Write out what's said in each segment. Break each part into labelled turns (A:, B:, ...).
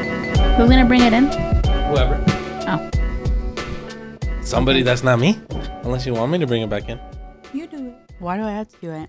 A: Who's gonna bring it in?
B: Whoever.
A: Oh.
B: Somebody that's not me. Unless you want me to bring it back in.
C: You do it. Why do I have to do it?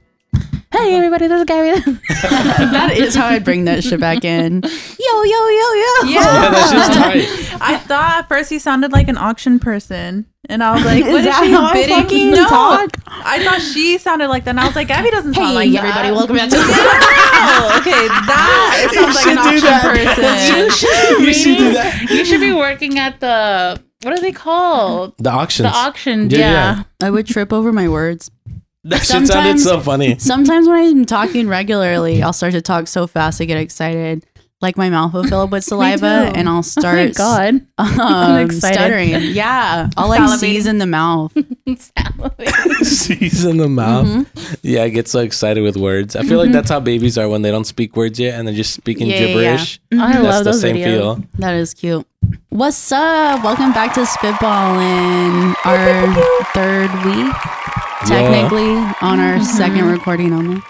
A: Hey everybody, this is Gary.
C: that is how I'd bring that shit back in. Yo, yo, yo, yo.
D: Yeah.
B: Yeah, that's just tight.
D: I thought at first he sounded like an auction person, and I was like,
C: Is
D: "What is,
C: that
D: she
C: how I
D: bidding?"
C: fucking
D: no,
C: talk?
D: I thought she sounded like that, and I was like, "Abby doesn't
A: Hey
D: sound like that."
A: everybody, welcome back to
D: No, okay, that sounds like an
B: should do
D: auction
B: that.
A: You
D: person.
A: should,
B: You should do
A: be-
B: that.
A: You should be working at the what are they called?
B: The auctions.
A: The auction.
B: Yeah,
A: Yeah.
B: yeah.
C: I would trip over my words.
B: that shit sounded
C: sometimes-
B: so funny.
C: Sometimes when I'm talking regularly, I'll start to talk so fast I get excited. Like my mouth will fill up with saliva
D: too.
C: and
A: Oh
C: I'll
A: my
C: start
A: god.
C: um,
A: excited.
C: stuttering. Yeah. I'll like
D: Salivating.
C: season the mouth.
B: She's in the mouth. Yeah, I get so excited with words. I feel like that's how babies are when they don't speak words yet and they're just speaking
C: Yeah, yeah, yeah.
B: gibberish.
A: Mm-hmm. I
B: That's
A: love
B: the
A: those
B: same
A: videos.
B: feel.
C: That is cute. What's up? Welcome back to Spitballing, our third week, technically, on our
A: Mm-hmm.
C: second recording only.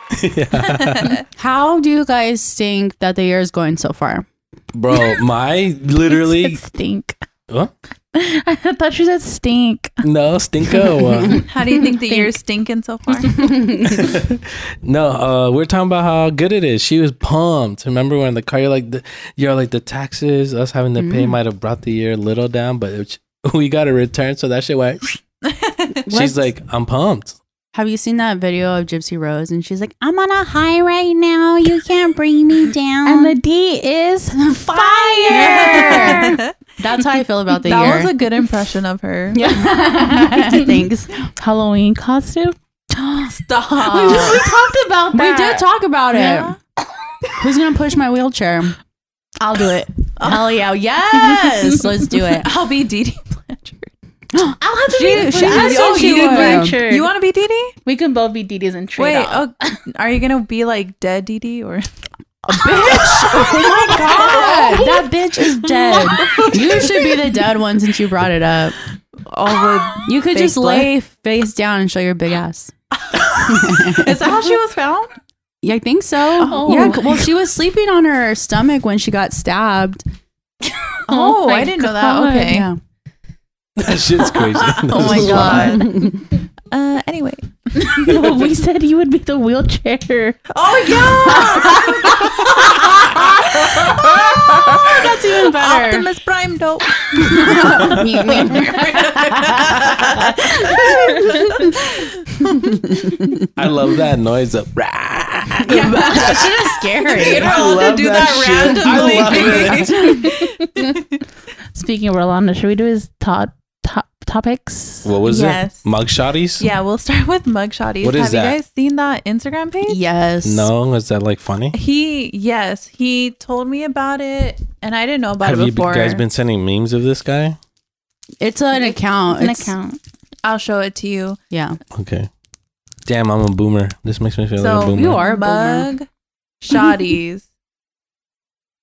C: How do you guys think that the year is going so far?
B: Bro, my literally
A: Stink.
B: Huh?
A: I thought you said stink.
B: no stinko.
D: How do you think the year's stinking so far?
B: no, uh, we're talking about how good it is. She was pumped. Remember when in the car you're like, the, you're like the taxes us having to
D: Mm-hmm.
B: pay might have brought the year a little down, but it, we got a return, so that shit went.
C: What's-
B: She's like, I'm pumped.
C: Have you seen that video of Gypsy Rose? And she's like, I'm on a high right now. You can't bring me down.
A: And the D is fire.
D: that
C: That's how I feel about the year.
D: was a good impression of her.
C: yeah. Thanks.
A: Halloween costume.
D: Stop.
A: we talked about
C: We
A: that.
C: did talk about it.
D: Yeah.
C: Who's going to push my wheelchair?
A: I'll do it.
C: Hell yeah. Yes. Let's do it.
D: I'll be Dee Dee Blanchard.
A: I'll have to
C: She-
A: be.
C: she-
A: I said
C: oh,
A: she
C: you
A: would.
C: would.
A: Richard.
D: You want to be Dee Dee?
A: we can both be DDs and trade
D: Wait,
A: off.
D: oh, are you gonna be like dead Dee Dee or?
C: God, that bitch is dead. you should be the dead one since you brought it up.
D: Oh,
C: You could
D: Fake
C: just lay face down and show your big ass.
D: is that how she was found?
C: Yeah, I think so.
A: Oh.
C: yeah, c- well, she was sleeping on her stomach when she got stabbed. Uh,
D: Oh,
A: my
D: I didn't know that.
A: God.
D: Okay.
C: Yeah.
B: That shit's crazy.
D: Oh my
B: This is
D: god. uh, anyway.
A: No, oh, we said you would be the wheelchair.
D: Oh yeah.
C: That's even better.
D: Optimus Prime dope.
B: I love that noise of.
C: that shit is scary.
D: You're allowed to do that randomly.
A: Speaking of Rolanda, should we do his top top topics?
B: What was
D: Yes.
B: it? Mugshotties?
D: Yeah, we'll start with mugshotties.
B: What is
D: Have
B: that?
D: you guys seen that Instagram page?
C: Yes.
B: No, is that like funny?
D: He yes, he told me about it and I didn't know about
B: Have
D: it
B: you
D: before.
B: guys been sending memes of this guy?
C: It's an account.
A: An
C: It's-
A: account.
D: I'll show it to you.
C: Yeah.
B: Okay. Damn, I'm a boomer. This makes me feel like a
D: So
B: boomer.
C: you are a boomer.
D: mug shotties.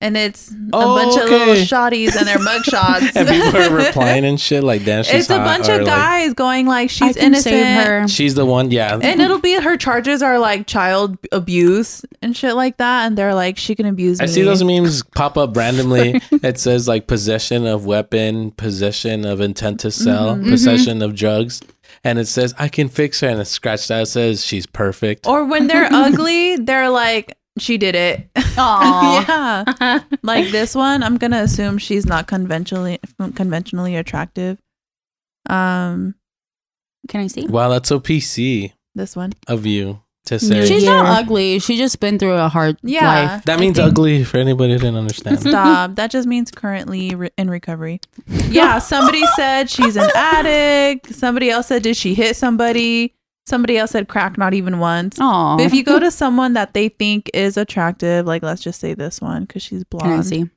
D: And it's
B: Oh,
D: a bunch of
B: okay.
D: little shotties and their mug shots.
B: and people are replying and shit like damn, she's
D: it's a
B: hot,"
D: bunch
B: or,
D: of
B: like,
D: guys going like
C: I
D: she's
C: can
D: innocent.
C: save her.
B: she's the one. Yeah.
D: And it'll be her charges are like child abuse and shit like that, and they're like she can abuse
B: I
D: me.
B: see those memes pop up randomly. it says like possession of weapon, possession of intent to sell, possession of drugs. And it says, I can fix her. And it's scratched out. It says, she's perfect.
D: or when they're ugly, they're like she did it.
C: Aw.
D: yeah, like this one, I'm gonna assume she's not conventionally conventionally attractive. Um,
C: Can I see?
B: wow, that's so PC
D: this one,
B: of you to say.
C: She's not
A: Yeah.
C: ugly. She's just been through a hard
D: yeah,
C: life.
B: that means
D: I think-
B: ugly for anybody who didn't understand.
D: Stop. That just means currently re- in recovery. Yeah, somebody said she's an addict. Somebody else said, did she hit somebody? Somebody else said, crack not even once.
C: Aw.
D: But if you go to someone that they think is attractive, like let's just say this one because she's blonde.
C: Can I see?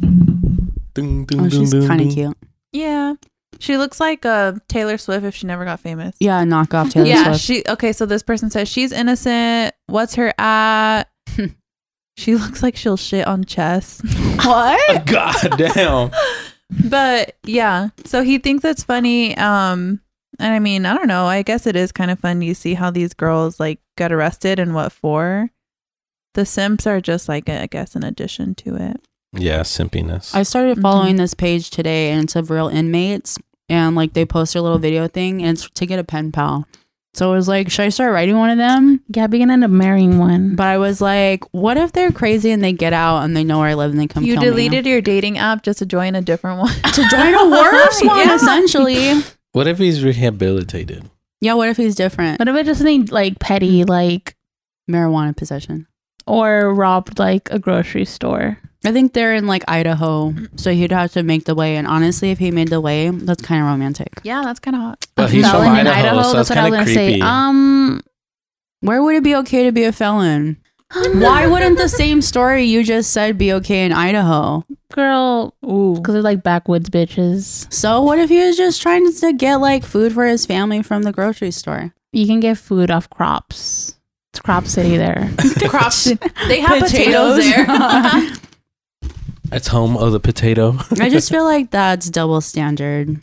B: Dun, dun,
C: Oh,
B: dun,
C: she's
B: dun,
C: kind
B: dun.
C: of cute.
D: Yeah, she looks like uh, Taylor Swift if she never got famous.
C: Yeah, knock off Taylor
D: yeah.
C: Swift.
D: She okay. So this person says she's innocent. What's her at? she looks like she'll shit on chess. what?
B: God damn.
D: but yeah so he thinks it's funny um and i mean i don't know i guess it is kind of funny to see how these girls like got arrested and what for the simps are just like i guess an addition to it
B: Yeah, simpiness.
C: I started following this page today, and it's of real inmates, and like they post their little video thing, and it's to get a pen pal. So I was like, should I start writing one of them?
A: Gabby gonna end up marrying one.
C: But I was like, what if they're crazy and they get out and they know where I live and they come?
D: you
C: kill me?
D: deleted your dating app just to join a different one.
C: to join a worse one,
D: Yeah.
C: essentially.
B: what if he's rehabilitated?
C: Yeah, what if he's different?
A: What if I just need like
B: Hmm.
A: petty, like
C: Marijuana possession.
A: or robbed like a grocery store?
C: I think they're in like Idaho, so he'd have to make the way. And honestly, if he made the way, that's kind of romantic.
D: yeah, that's kind of hot.
B: But he's from
A: Felon in
B: Idaho, so that's kind of creepy.
A: Um,
C: Where would it be okay to be a felon? Why wouldn't the same story you just said be okay in Idaho?
A: girl?
D: Ooh.
A: Because they're like backwoods bitches.
C: So what if he was just trying to get like food for his family from the grocery store?
A: You can get food off crops. It's crop city there.
C: Um,
D: Crops. They have potatoes, there.
C: I
B: It's home of the potato.
C: just feel like that's double standard.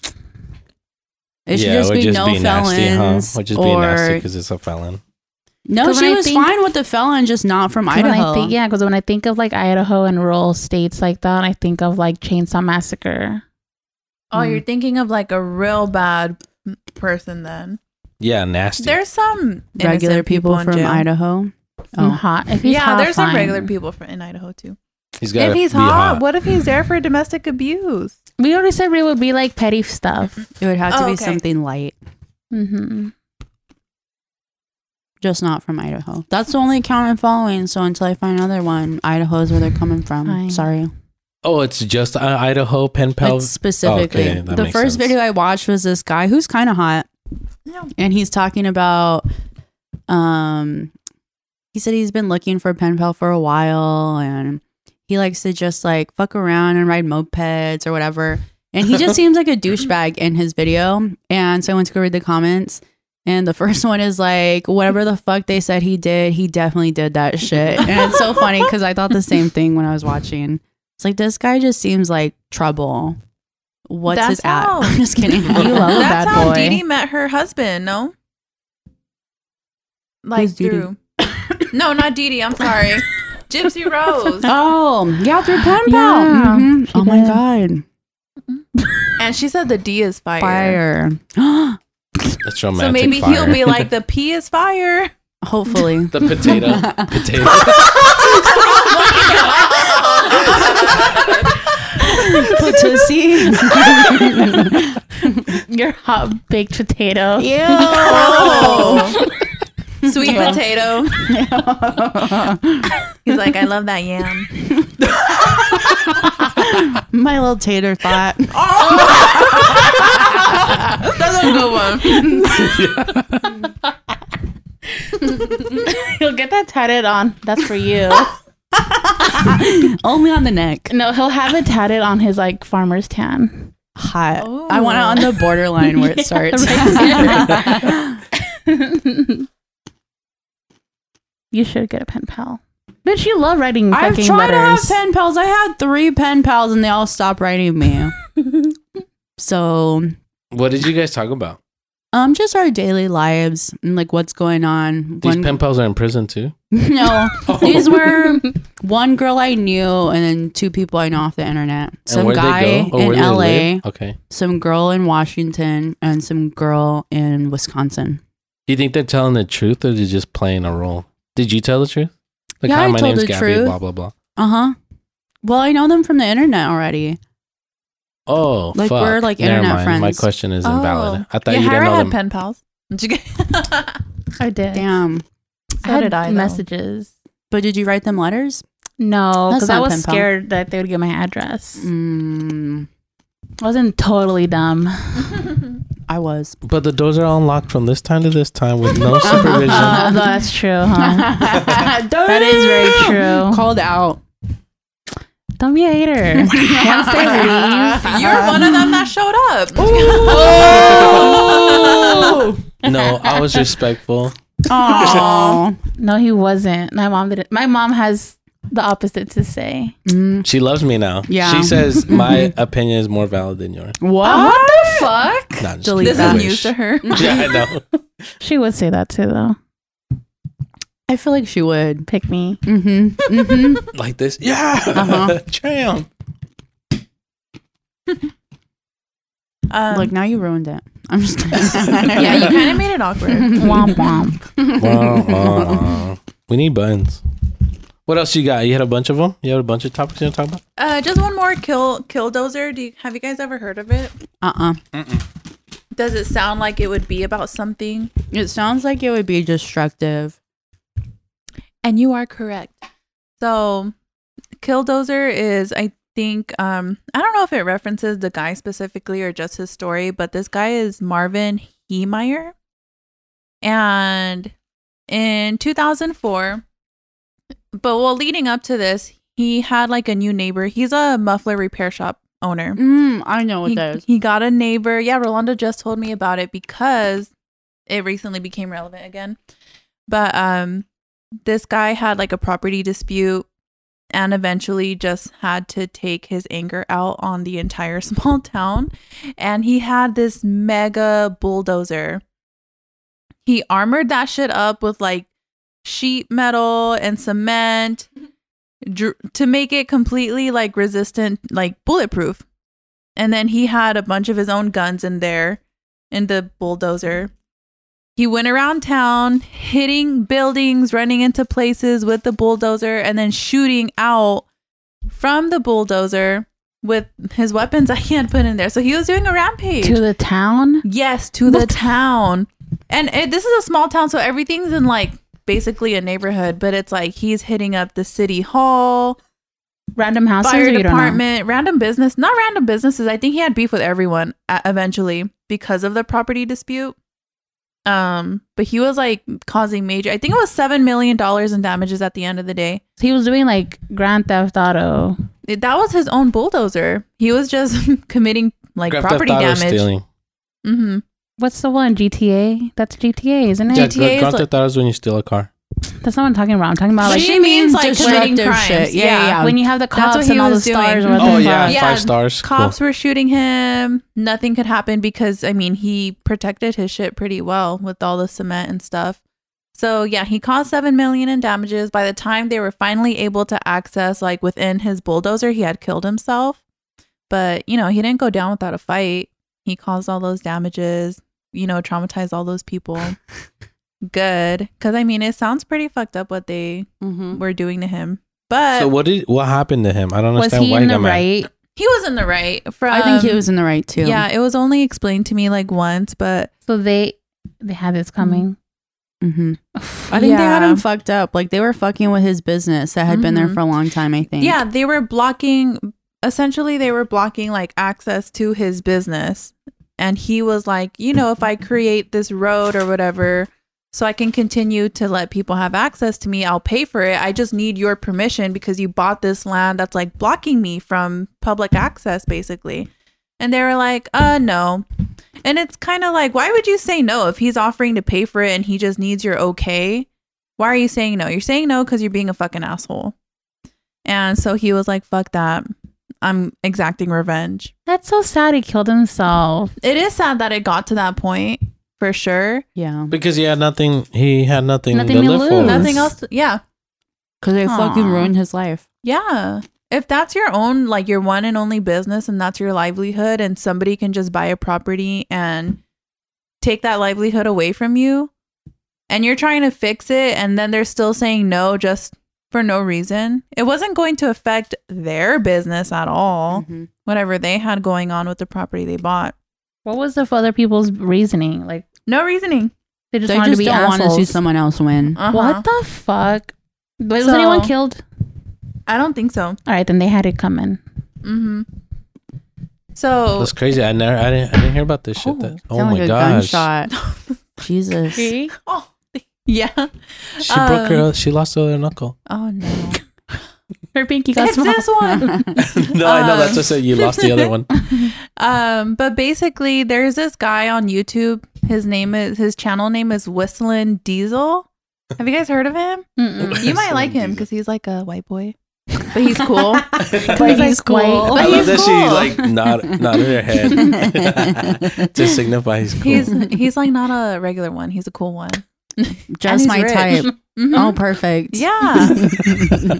C: It should
B: yeah,
C: just
B: would
C: be
B: just
C: no
B: be nasty,
C: felons
B: huh? Would just be nasty
C: or
B: because it's a felon.
C: no.
A: But when
C: She
A: I
C: was
A: think-
C: fine with the felon, just not from
A: 'Cause When I
C: Idaho.
A: think, yeah, because when I think of like Idaho and rural states like that, I think of like Chainsaw Massacre.
D: oh,
C: Hmm.
D: you're thinking of like a real bad person then.
B: Yeah, nasty.
D: There's some
C: Regular
D: innocent
C: people,
D: in
C: from
D: jail. Mm-hmm.
C: Idaho.
A: I'm
C: Oh,
A: hot. If he's
D: Yeah,
A: hot,
D: there's some
A: fine.
D: regular people from in Idaho too.
B: he's got
D: if he's
B: be
D: hot,
B: hot.
D: what if he's there for domestic abuse?
A: We already said we would be like petty stuff.
C: it would have to
D: Oh,
C: be
D: okay.
C: something light,
A: hmm
C: just not from Idaho. That's the only account I'm following. So until I find another one, Idaho's where they're coming from.
A: Fine.
C: Sorry.
B: Oh, it's just uh, Idaho pen pal.
C: It's specifically
B: okay, that
C: the
B: makes
C: first
B: sense.
C: video I watched was this guy who's kind of hot,
D: No.
C: and he's talking about um he said he's been looking for a pen pal for a while and he likes to just like fuck around and ride mopeds or whatever and he just seems like a douchebag in his video and so i went to go read the comments and the first one is like whatever the fuck they said he did he definitely did that shit and it's so funny because i thought the same thing when i was watching it's like this guy just seems like trouble what's
D: That's
C: his at
D: how-
C: i'm just kidding
A: You love a
D: That's
A: bad
D: how
A: boy.
D: Didi met her husband, no? Like
C: Who's Didi?
D: through. no, not Didi. I'm sorry. Gypsy Rose.
C: Oh, yeah, through pen pal.
A: Yeah,
C: Mhm.
A: she
C: Oh my
A: did.
C: god,
D: And she said the D is fire.
C: fire.
B: That's
D: So
B: romantic.
D: maybe
B: fire.
D: he'll be like, the P is fire.
C: Hopefully,
B: the potato. potato.
C: pussy.
A: Your hot baked potato.
D: Oh. Sweet potato. He's like, I love that yam.
C: my little tater thought.
D: That's a good one.
A: He'll get that tatted on. That's for you.
C: Only on the neck.
A: no, he'll have it tatted on his like farmer's tan.
C: Hot.
D: Oh.
C: I want it on the borderline where it
A: Yeah,
C: starts.
A: You should get a pen pal. Bitch, you love writing
C: I've
A: fucking
C: tried
A: letters.
C: to have pen pals. I had three pen pals, and they all stopped writing me. so,
B: what did you guys talk about?
C: um, just our daily lives and like what's going on.
B: These
C: One-
B: pen pals are in prison too.
C: no,
B: Oh.
C: these were one girl I knew, and then two people I know off the internet. Some
B: where'd
C: guy
B: Or where
C: in
B: do they
C: LA,
B: live? Okay.
C: some girl in Washington, and some girl in Wisconsin.
B: Do you think they're telling the truth or they're just playing a role? Did you tell the truth? Like,
C: Yeah,
B: hi,
C: I
B: my
C: told
B: name's
C: the
B: Gabby,
C: truth.
B: blah, blah, blah.
C: Uh huh. Well, I know them from the internet already.
B: Oh,
C: Like,
B: fuck.
C: we're, like,
B: Never
C: internet
B: mind. My
C: friends.
B: question is
D: Oh.
B: invalid. I thought
D: Yeah,
B: you didn't
D: Hera
B: know
D: had
B: them.
D: pen pals. Did you get-
A: I did.
C: Damn.
A: I
D: So
A: had
D: did I, though.
A: messages.
C: But did you write them letters?
A: No,
C: That's
A: because I
C: not
A: was
C: pen pal.
A: scared that they would get my address.
C: Mm,
A: I wasn't totally dumb.
C: I was.
B: But the doors are unlocked from this time to this time with no supervision.
A: Oh, that's true, huh?
C: that
A: is very true.
C: Called out.
A: Don't be a hater. Once they leave,
D: You're one of them that showed up.
B: no, I was respectful.
C: Aww.
A: no, he wasn't. My mom didn't. My mom has the opposite to say.
C: Mm,
B: She loves me now.
C: Yeah.
B: She says my opinion is more valid than yours.
C: Uh, what?
A: Fuck.
B: Nah, just
C: Delete
B: kidding.
D: This
C: that.
B: I
D: is
B: wish.
D: news to her.
B: Yeah, I know.
A: She would say that too, though.
C: I feel like she would.
A: Pick me.
C: Mm hmm. Mm
D: Mm-hmm.
C: hmm.
B: like this. Yeah,
C: Uh-huh.
B: champ.
D: Um,
C: Look, now you ruined it. I'm just kidding.
D: yeah, you kind of made it awkward.
A: womp womp.
B: Wow, wow. we need buttons. What else you got? You had a bunch of them. You had a bunch of topics you want to talk about.
D: Uh, just one more kill killdozer. Do you, have you guys ever heard of it?
C: Uh uh
D: Does it sound like it would be about something?
C: It sounds like it would be destructive.
D: And you are correct. So, Killdozer is, I think, um, I don't know if it references the guy specifically or just his story, but this guy is Marvin Heemeyer. And in 2004, but well, leading up to this, he had like a new neighbor. He's a muffler repair shop owner.
C: Mm, I know what
D: he,
C: that is.
D: he got a neighbor. Yeah, Rolanda just told me about it because it recently became relevant again. But um this guy had like a property dispute and eventually just had to take his anger out on the entire small town and he had this mega bulldozer. He armored that shit up with like sheet metal and cement dr- to make it completely like resistant, like bulletproof. And then he had a bunch of his own guns in there in the bulldozer. He went around town hitting buildings, running into places with the bulldozer, and then shooting out from the bulldozer with his weapons that he had put in there. So he was doing a rampage.
A: To the town?
D: Yes, to the town. And it, this is a small town, so everything's in like basically a neighborhood, but it's like he's hitting up the city hall,
A: Random houses or
D: fire
A: you don't know?
D: department, random business, not random businesses. I think he had beef with everyone uh, eventually because of the property dispute. Um, but he was like causing major. I think it was 7 million dollars in damages at the end of the day.
A: He was doing like Grand Theft Auto.
D: It- That was his own bulldozer. He was just committing like
B: Grand Theft
D: property
B: Auto
D: damage.
B: stealing.
D: Mhm.
A: What's the one? GTA? That's GTA, isn't it?
B: Yeah,
D: GTA is
B: Grand
D: like-
B: Theft Auto is when you steal a car.
A: That's not what I'm talking about. I'm talking about like
D: She means, like, committing crimes.
C: Yeah, yeah.
D: Yeah.
C: yeah.
A: when you have the
D: That's what
A: cops and
D: he
A: all the
D: was doing.
A: stars. or
D: Oh,
A: whatever.
B: yeah,
D: Yeah,
B: five stars. Cool.
D: cops were shooting him. Nothing could happen because I mean he protected his shit pretty well with all the cement and stuff. So yeah, he caused seven million in damages. By the time they were finally able to access like within his bulldozer, he had killed himself. But you know he didn't go down without a fight. He caused all those damages. You know, traumatized all those people. Good, because I mean it sounds pretty fucked up what they
C: Mhm.
D: were doing to him. But
B: Mm-hmm. So what did what happened to him? I don't
A: Was
B: understand
A: he
B: why
A: in the
B: got mad.
A: right?
D: he was in the right. From
C: I think he was in the right too.
D: yeah, it was only explained to me like once, but
A: So they they had this coming.
C: hmm I think they had
D: Yeah.
C: him fucked up. Like they were fucking with his business that had been there
D: Mhm.
C: for a long time. I think.
D: yeah, they were blocking essentially they were blocking like access to his business. And he was like, you know, if I create this road or whatever so I can continue to let people have access to me, I'll pay for it. I just need your permission because you bought this land that's like blocking me from public access basically. And they were like, "Uh no." And it's kind of like, why would you say no if he's offering to pay for it and he just needs your okay? Why are you saying no? You're saying no because you're being a fucking asshole. And so he was like, fuck that. I'm exacting revenge.
A: That's so sad. He killed himself.
D: It is sad that it got to that point for sure.
C: Yeah.
B: Because he had nothing. He had nothing,
A: Nothing
B: to
A: to
B: live for.
A: lose.
D: Nothing else. yeah.
C: Because they fucking
A: Aw.
C: ruined his life.
D: Yeah. If that's your own, like your one and only business and that's your livelihood, and somebody can just buy a property and take that livelihood away from you, and you're trying to fix it, and then they're still saying no just for no reason, it wasn't going to affect their business at all, whatever they had going on with the property they bought.
A: What was the other people's reasoning? Like
D: No reasoning.
A: they just
C: They
A: wanted
C: just
A: to be
C: don't want to
A: assholes.
C: see someone else win.
D: Uh-huh.
A: What the fuck? But was
D: So-
A: anyone killed?
D: I don't think so.
A: All right, then they had it coming.
D: Mm-hmm. So
B: That's crazy. I never. I didn't. I didn't hear about this shit.
A: Oh,
B: That, oh
C: Sound
B: my
C: like a
B: gosh.
C: Gunshot. Jesus.
D: oh, yeah.
B: She broke her.
D: Um,
B: She lost her other knuckle.
D: Oh no.
A: Her pinky got
D: It's
A: small.
D: this one.
B: no, I know. That's
D: um,
B: just it. You lost the other one.
D: Um, but basically there's this guy on YouTube. His name is his channel name is Whistling Diesel. Have you guys heard of him?
A: Mm-mm.
D: You might
B: Whistling
D: like him
B: Diesel.
D: because he's like a white boy. But he's cool.
A: But
D: he's
A: he's
D: cool.
A: white.
D: But
B: I love
D: he's
B: that
D: cool.
B: she like nod, nodded her head to signify he's cool.
D: He's he's like not a regular one, he's a cool one.
C: Just
D: he's
C: my
D: rich.
C: type.
D: Mhm.
C: Oh, perfect.
D: yeah.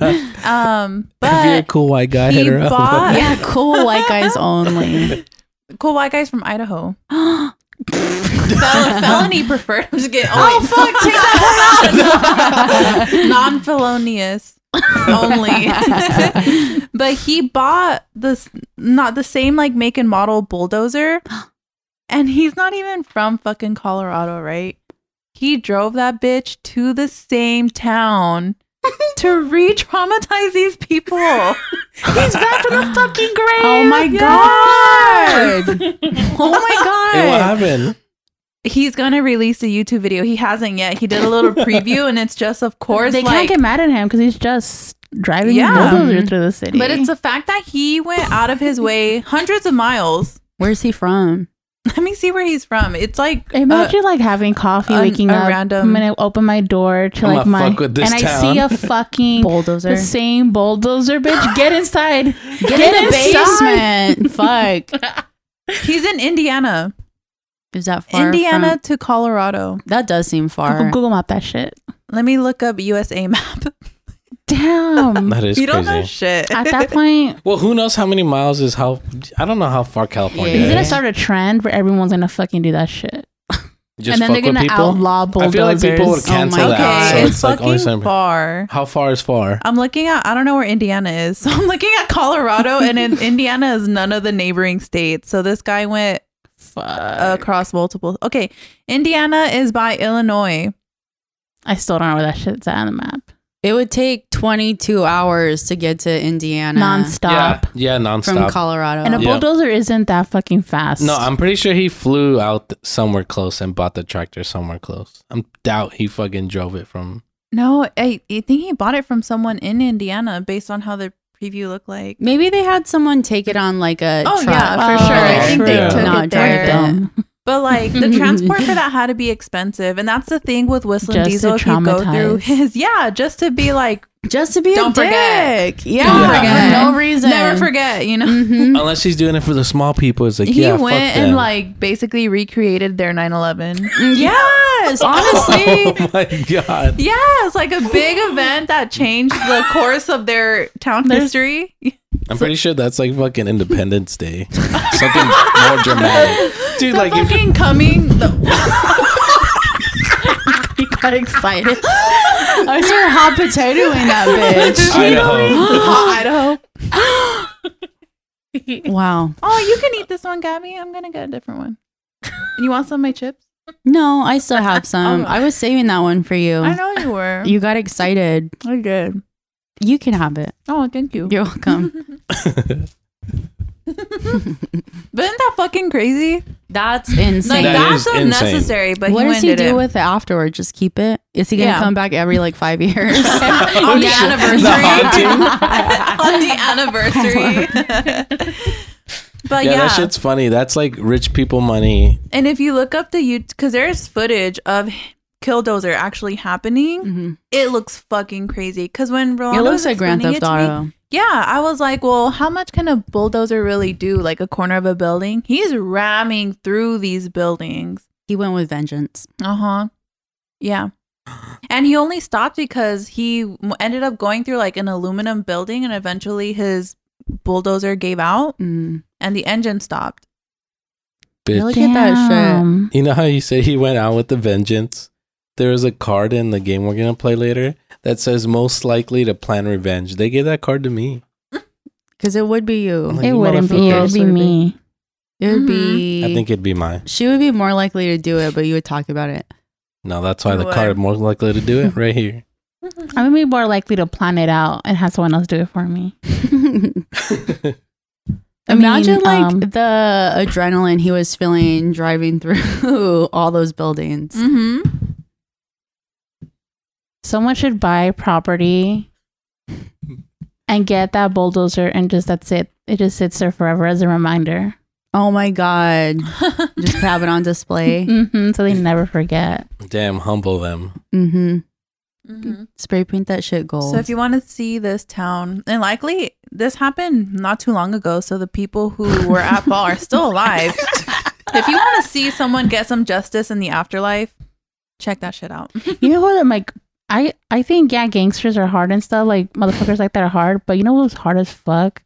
D: um,
B: if you're a
D: but
B: cool white guy,
D: he
B: hit her
D: bought-
B: up.
C: Yeah, cool white guys only.
D: cool white guys from Idaho.
C: oh,
D: Fel- felony preferred. I'm just kidding. Oh, wait.
C: fuck. Take that one out.
D: non-felonious only. but he bought this not the same like make and model bulldozer, and he's not even from fucking Colorado, right? He drove that bitch to the same town to re-traumatize these people. he's back from the fucking grave.
C: Oh my
D: Yeah.
C: god. Oh my god.
B: And what happened?
D: He's gonna release a YouTube video. He hasn't yet. He did a little preview, and it's just, of course,
A: they
D: like,
A: can't get mad at him because he's just driving
D: Yeah.
A: a
B: Mm-hmm.
A: bulldozer through the city.
D: But it's the fact that he went out of his way hundreds of miles.
C: Where's he from?
D: Let me see where he's from. It's like uh,
A: Imagine like having coffee,
D: an-
A: waking
D: a
A: up.
D: random-
A: I'm gonna open my door to
B: I'ma
A: like my
B: fuck with this
A: and
B: town.
A: I see a fucking
C: Bulldozer.
A: the same bulldozer bitch. Get inside.
C: Get, in the basement. Fuck.
D: he's in Indiana,
C: Is that far?
D: Indiana
C: from-
D: to Colorado.
C: that does seem far.
A: Google map that shit.
D: Let me look up USA map.
A: Damn.
B: That is
D: you don't
B: crazy.
D: know shit.
A: At that point,
B: well, who knows how many miles is how? I don't know how far California
C: Yeah.
A: he's gonna
B: is.
A: start a trend where everyone's gonna fucking do that shit,
B: Just
A: and then
B: fuck
A: they're gonna
B: with people.
A: outlaw
B: I feel like
A: bulldozers.
B: people would
C: Oh my
B: cancel
C: God.
B: that.
D: okay,
B: So
D: it's,
B: it's like
D: fucking
B: always something.
D: far.
B: How far is far?
D: I'm looking at. I don't know where Indiana is, so I'm looking at Colorado, and in, Indiana is none of the neighboring states. So this guy went
A: Oh, Fuck.
D: across multiple. Okay, Indiana is by Illinois.
A: I still don't know where that shit's at on the map.
C: It would take 22 hours to get to Indiana
A: Nonstop.
B: Yeah, yeah,
C: from
B: nonstop.
C: Colorado.
A: And a
B: Yeah.
A: bulldozer isn't that fucking fast.
B: no, I'm pretty sure he flew out th- somewhere close and bought the tractor somewhere close. I doubt he fucking drove it from.
D: No, I, I think he bought it from someone in Indiana based on how the preview looked like.
C: Maybe they had someone take it on like a
D: Oh,
C: truck.
D: yeah, for
A: Oh,
D: sure. I think they
B: yeah.
D: took
C: Not
D: it
C: drive
D: there.
C: them.
D: But like the transport for that had to be expensive, and that's the thing with Whistling
A: Just to
D: Diesel. If you go through
A: traumatize.
D: his, yeah, just to be like,
C: Just to be
D: Don't
C: a dick.
D: forget.
C: Yeah.
B: Don't forget.
C: For no reason.
D: never forget, you know.
A: Mm-hmm.
C: Mhm.
B: Unless he's doing it for the small people, it's like
D: Mm. He
B: yeah,
D: went
B: fuck
D: and
B: them.
D: like basically recreated their 911.
A: Mm-hmm.
C: Yes. Honestly.
B: Oh my god!
D: yeah, it's like a big event that changed the course of their town history.
B: I'm pretty sure that's like fucking Independence Day, something more dramatic, dude. like if
D: Fucking coming, the,
A: He got excited.
C: I saw a hot potato in that
B: Idaho,
C: Oh,
D: Idaho.
C: bitch. wow.
D: Oh, you can eat this one, Gabby. I'm gonna get a different one. You want some of my chips?
C: No, I still have some. I was saving that one for you.
D: I know you were.
C: Oh. You got excited.
D: I did.
C: You can have it.
D: Oh, thank you.
C: You're welcome.
D: But isn't that fucking crazy?
C: That's
D: Like
C: insane.
B: That
D: that's
B: is insane.
D: unnecessary. But
C: what
D: he
C: does he
D: went and did
C: do
D: it.
C: with it afterward? Just keep it? Is he gonna
D: Yeah.
C: come back every like five years?
D: on the
B: the
D: anniversary?
B: haunting.
D: on the anniversary. but
B: Yeah,
D: yeah,
B: that shit's funny. That's like rich people money.
D: and if you look up the YouTube, because there's footage of Killdozer actually happening,
C: Mhm.
D: it looks fucking crazy. Because when Rolando
C: It
D: was
C: looks like Grand
D: explaining
C: Theft
D: it to me,
C: Auto.
D: Yeah, I was like, well, how much can a bulldozer really do? Like a corner of a building? He's ramming through these buildings.
C: He went with vengeance.
D: Uh huh. Yeah. And he only stopped because he w- ended up going through like an aluminum building and eventually his bulldozer gave out
C: Mm.
D: and the engine stopped.
B: Bitch.
C: Look at that shit.
A: Damn.
B: You know how you say he went out with a vengeance? There is a card in the game we're gonna play later that says most likely to plan revenge. They gave that card to me.
C: Because it would be you.
B: I'm like,
A: It
B: "You
A: wouldn't be. It
B: motherfuckers."
A: would be me.
C: It would
D: Mhm.
C: be.
B: mm-hmm. I think it'd be mine.
C: she would be more likely to do it, but you would talk about it.
B: No, that's why
D: You
B: the
D: would.
B: card more likely to do it right here.
D: Mm-hmm.
A: I would be more likely to plan it out and have someone else do it for me. I mean,
C: Imagine like
A: um,
C: the adrenaline he was feeling driving through all those buildings.
D: Mm hmm.
A: Someone should buy property and get that bulldozer and just that's it. It just sits there forever as a reminder.
C: Oh my god! Just have it on display.
A: hmm so they never forget.
B: Damn, humble them.
C: hmm Spray paint that shit gold.
D: So if you want to see this town, and likely this happened not too long ago, so the people who were at fault are still alive. if you want to see someone get some justice in the afterlife, Check that shit out.
A: you know what? I'm like, I I think yeah, gangsters are hard and stuff. Like motherfuckers like that are hard. But you know what's hard as fuck?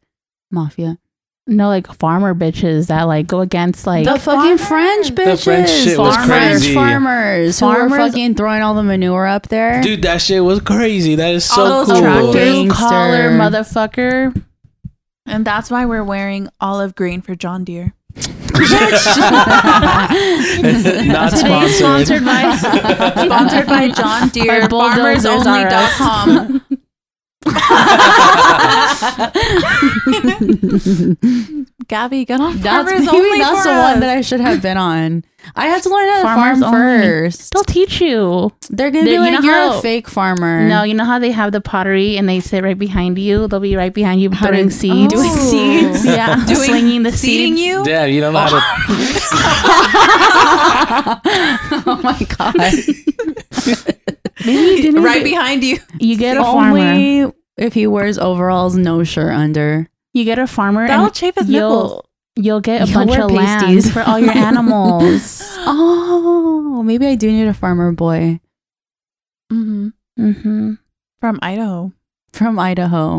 C: Mafia.
A: No, like farmer bitches that like go against like
C: the fucking French bitches.
B: The French shit was
C: farmers,
B: crazy.
C: farmers, farmers who are
A: Farmers-
C: fucking throwing all the manure up there.
B: Dude, that shit was crazy. That is so
D: All those
B: cool.
D: tractors.
A: blue collar motherfucker.
D: And that's why we're wearing olive green for John Deere.
B: Not
A: Today is
B: sponsored.
A: sponsored by
D: Sponsored by John Deere,
A: bulldozers are us.
D: farmersonly.com. Gabby, get on
C: That's
D: farmers
C: maybe
D: only.
C: that's
D: for
C: the one
D: us.
C: that I should have been on. I had to learn how to
A: Farmers
C: farm
A: only.
C: first.
A: They'll teach you.
C: They're gonna
A: They-
C: be
A: you
C: like,
A: know
C: you are
A: how-
C: a fake farmer.
A: No, you know how they have the pottery and they sit right behind you. They'll be right behind you
C: How
A: throwing
C: to- Oh.
A: seeds,
C: Doing
D: Ooh.
C: seeds.
A: yeah,
D: Doing-
A: slinging the
D: Seeding
A: seeds.
D: you?
B: Damn, you don't know how to.
C: oh my god.
A: Maybe you didn't
D: Right
A: get-
D: behind you.
A: You get a farmer.
C: Only if he wears overalls, no shirt under.
A: You get a farmer,
D: That'll
A: and
D: chafe his nipples.
A: you'll you'll get a
C: You'll
A: bunch
C: wear
A: of
C: pasties.
A: lambs for all your animals.
C: Oh, maybe I do need a farmer boy
D: Mm-hmm.
A: hmm
D: From Idaho.
C: from Idaho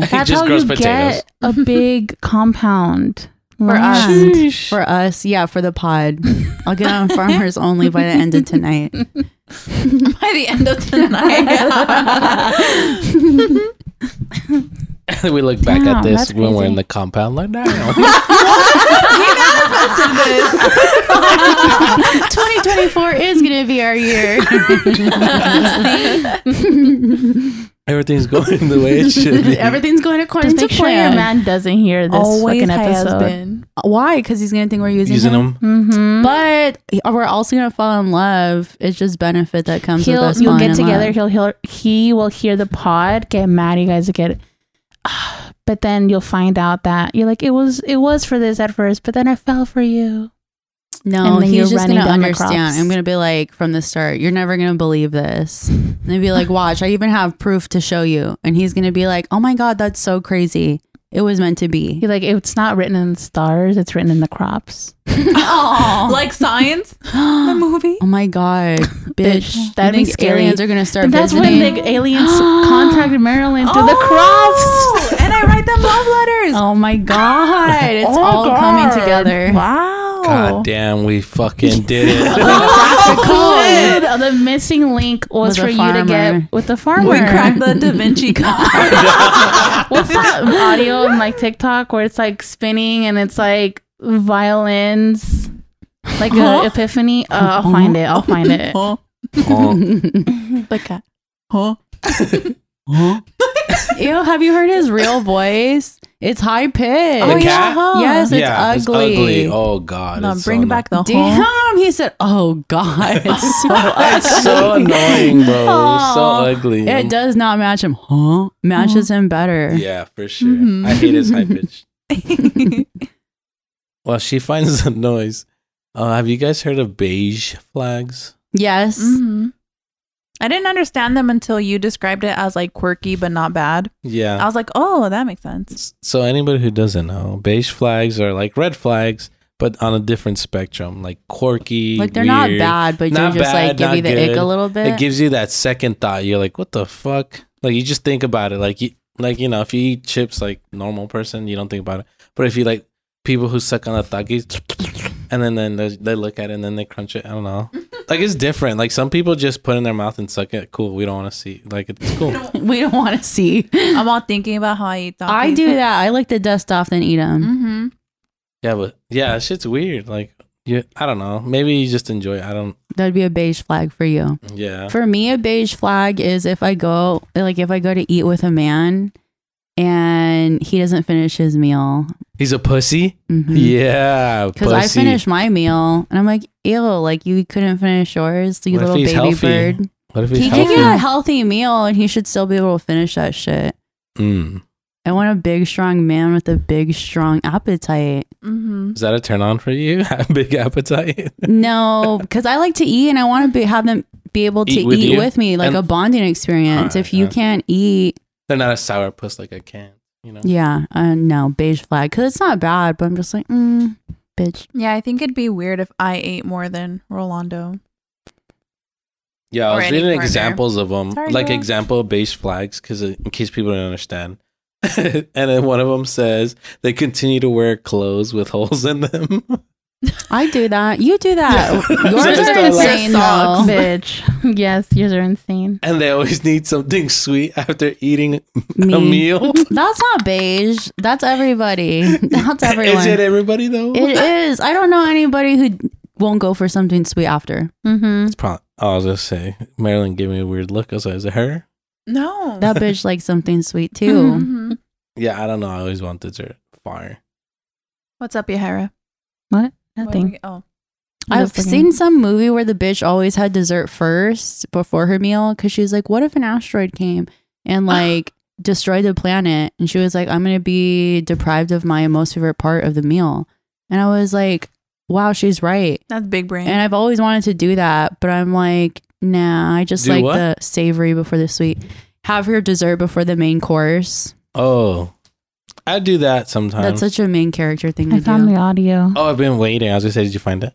B: He
A: That's
B: just
A: how
B: grows
A: you
B: potatoes.
A: get a big compound
D: For us.
A: land.
C: for us. Yeah, for the pod. I'll get on farmers only by the end of tonight.
D: By the end of tonight.
B: we look back
A: Damn,
B: at this
A: that's
B: when we're in
A: crazy.
B: the compound. Like, damn.
C: 2024 is gonna be our year.
B: Everything's going the way it should be.
C: Everything's going according
A: Just make
C: to
A: sure
C: plan.
A: your man doesn't hear this fucking episode.
C: Why? Because he's gonna think we're using,
B: Using
C: him.
B: them.
A: Mm-hmm.
C: But we're also gonna fall in love. It's just benefit that comes with
A: He'll
C: us.
A: you'll
C: falling
A: get
C: in
A: together.
C: love.
A: He'll he'll he will hear the pod, get mad. You guys will get. "Ah," But then you'll find out that you're like it was it was for this at first, but then I fell for you.
C: No,
A: and then
C: he's
A: you're
C: just
A: running
C: gonna
A: down the
C: understand.
A: crops.
C: I'm gonna be like from the start, you're never gonna believe this. And they'd be like, watch, I even have proof to show you. And he's gonna be like, oh my god, that's so crazy. It was meant to be.
A: You're like it's not written in the stars; it's written in the crops.
C: oh,
D: Like science, the
C: oh
D: movie.
C: my god, bitch,
A: Bitch,
C: that
A: that'd be
C: means
A: scary.
C: aliens are gonna start.
A: And that's
C: visiting.
A: when the aliens contacted Maryland through the crops.
D: Oh, and I write them love letters.
C: Oh my god, it's
A: Oh my
C: all
A: God.
C: coming together.
D: Wow.
B: God damn, we fucking did it.
C: That's the code.
A: Good. Oh, The missing link was
C: With a
A: for you to
C: farmer.
A: get with the farmer.
D: We cracked the Da Vinci Code.
A: What's that audio on like TikTok where it's like spinning and it's like violins, like
D: Huh?
A: an epiphany? Uh, I'll find it. I'll find it.
D: Huh?
B: Oh,
D: The cat. Huh?
C: Ew, have you heard his real voice? It's high pitched.
B: The cat?
C: Yes, Oh, it's
B: yeah, it's
C: ugly.
B: ugly. Oh god.
D: No,
B: it's
D: bring
B: so
D: back the
C: Damn,
D: huh.
C: he said, "Oh God, it's so
B: anno- It's so annoying, bro. It's so ugly.
C: it does not match him. Huh? Matches him better.
B: Yeah, for sure.
C: Mm-hmm.
B: I hate his high pitch. Well, she finds the noise. Uh, have you guys heard of beige flags?
C: Yes,
D: Mhm. I didn't understand them until you described it as like quirky but not bad.
B: Yeah.
D: I was like, oh, that makes sense.
B: S- So anybody who doesn't know, beige flags are like red flags, but on a different spectrum, like quirky.
C: like they're
B: weird.
C: not bad, but
B: Not
C: they just
B: bad,
C: like give
B: not
C: you the ick
B: good.
C: a little bit.
B: It gives you that second thought. You're like, what the fuck? Like you just think about it. Like you, like you know, if you eat chips like normal person, you don't think about it. But if you like people who suck on the takis, and then then they they look at it and then they crunch it. I don't know. Like it's different. Like some people just put in their mouth and suck it. Cool. We don't want to see. Like it's cool.
C: we don't want to see.
D: I'm all thinking about how I eat tacos.
C: I do that. I lick the dust off then eat them.
D: Mm-hmm.
B: Yeah, but yeah, that shit's weird. Like, yeah, I don't know. Maybe you just enjoy. It. I don't.
C: That'd be a beige flag for you.
B: Yeah.
C: For me, a beige flag is if I go, like, if I go to eat with a man and he doesn't finish his meal.
B: He's a pussy.
C: Mhm.
B: Yeah,
C: Because I
B: pussy.
C: finished my meal and I'm like, ew, like you couldn't finish yours, you
B: What if
C: little
B: he's
C: baby
B: healthy?
C: bird.
B: What if he's
C: He
B: healthy?
C: gave you a healthy meal and he should still be able to finish that shit.
B: Mm.
C: I want a big, strong man with a big, strong appetite.
D: Mm-hmm.
B: Is that a turn on for you? Big appetite.
C: no, because I like to eat and I want to be, have them be able to
B: Eat
C: eat
B: with
C: with,
B: you?
C: me, like
B: And-
C: a bonding experience.
B: Alright,
C: if you
B: yeah.
C: can't eat,
B: They're not a sourpuss like I can. You know.
C: yeah, uh, no, beige flag. Because it's not bad, but I'm just like, mm, bitch.
D: Yeah, I think it'd be weird if I ate more than Rolando.
B: Yeah,
D: Or
B: I was
D: any
B: reading
D: partner.
B: examples of them,
D: Sorry,
B: like
D: girl.
B: example based flags, because in case people don't understand. and then one of them says they continue to wear clothes with holes in them.
C: I do that. You do that. Yours
B: So it's
C: are
B: not like-
C: insane though.
A: bitch. Yes, yours are insane.
B: and they always need something sweet after eating a
C: Me.
B: meal.
C: That's not beige. That's everybody. That's everyone.
B: Is it everybody though?
C: it is. I don't know anybody who won't go for something sweet after.
A: Mm-hmm.
B: It's probably. I was gonna say Marilyn gave me a weird look. I was like, "Is it her?"
D: No.
C: That bitch likes something sweet too.
D: Mhm.
B: Yeah, I don't know. I always want dessert. Fire.
D: What's up, Yahira? What were
A: Nothing.
D: we- Oh,
A: I'm
C: I've
A: just looking.
C: seen some movie where the bitch always had dessert first before her meal because she was like, "What if an asteroid came and like destroyed the planet?" And she was like, "I'm gonna be deprived of my most favorite part of the meal." And I was like, "Wow, she's right."
D: that's big brain.
C: And I've always wanted to do that, but I'm like, "Nah, I just
B: Do
C: like
B: what?
C: the savory before the sweet. Have your dessert before the main course."
B: Oh, I do that sometimes.
C: That's such a main character thing
A: I
C: to
A: found
C: do.
A: the audio.
B: oh, I've been waiting. I was gonna say, did you find it?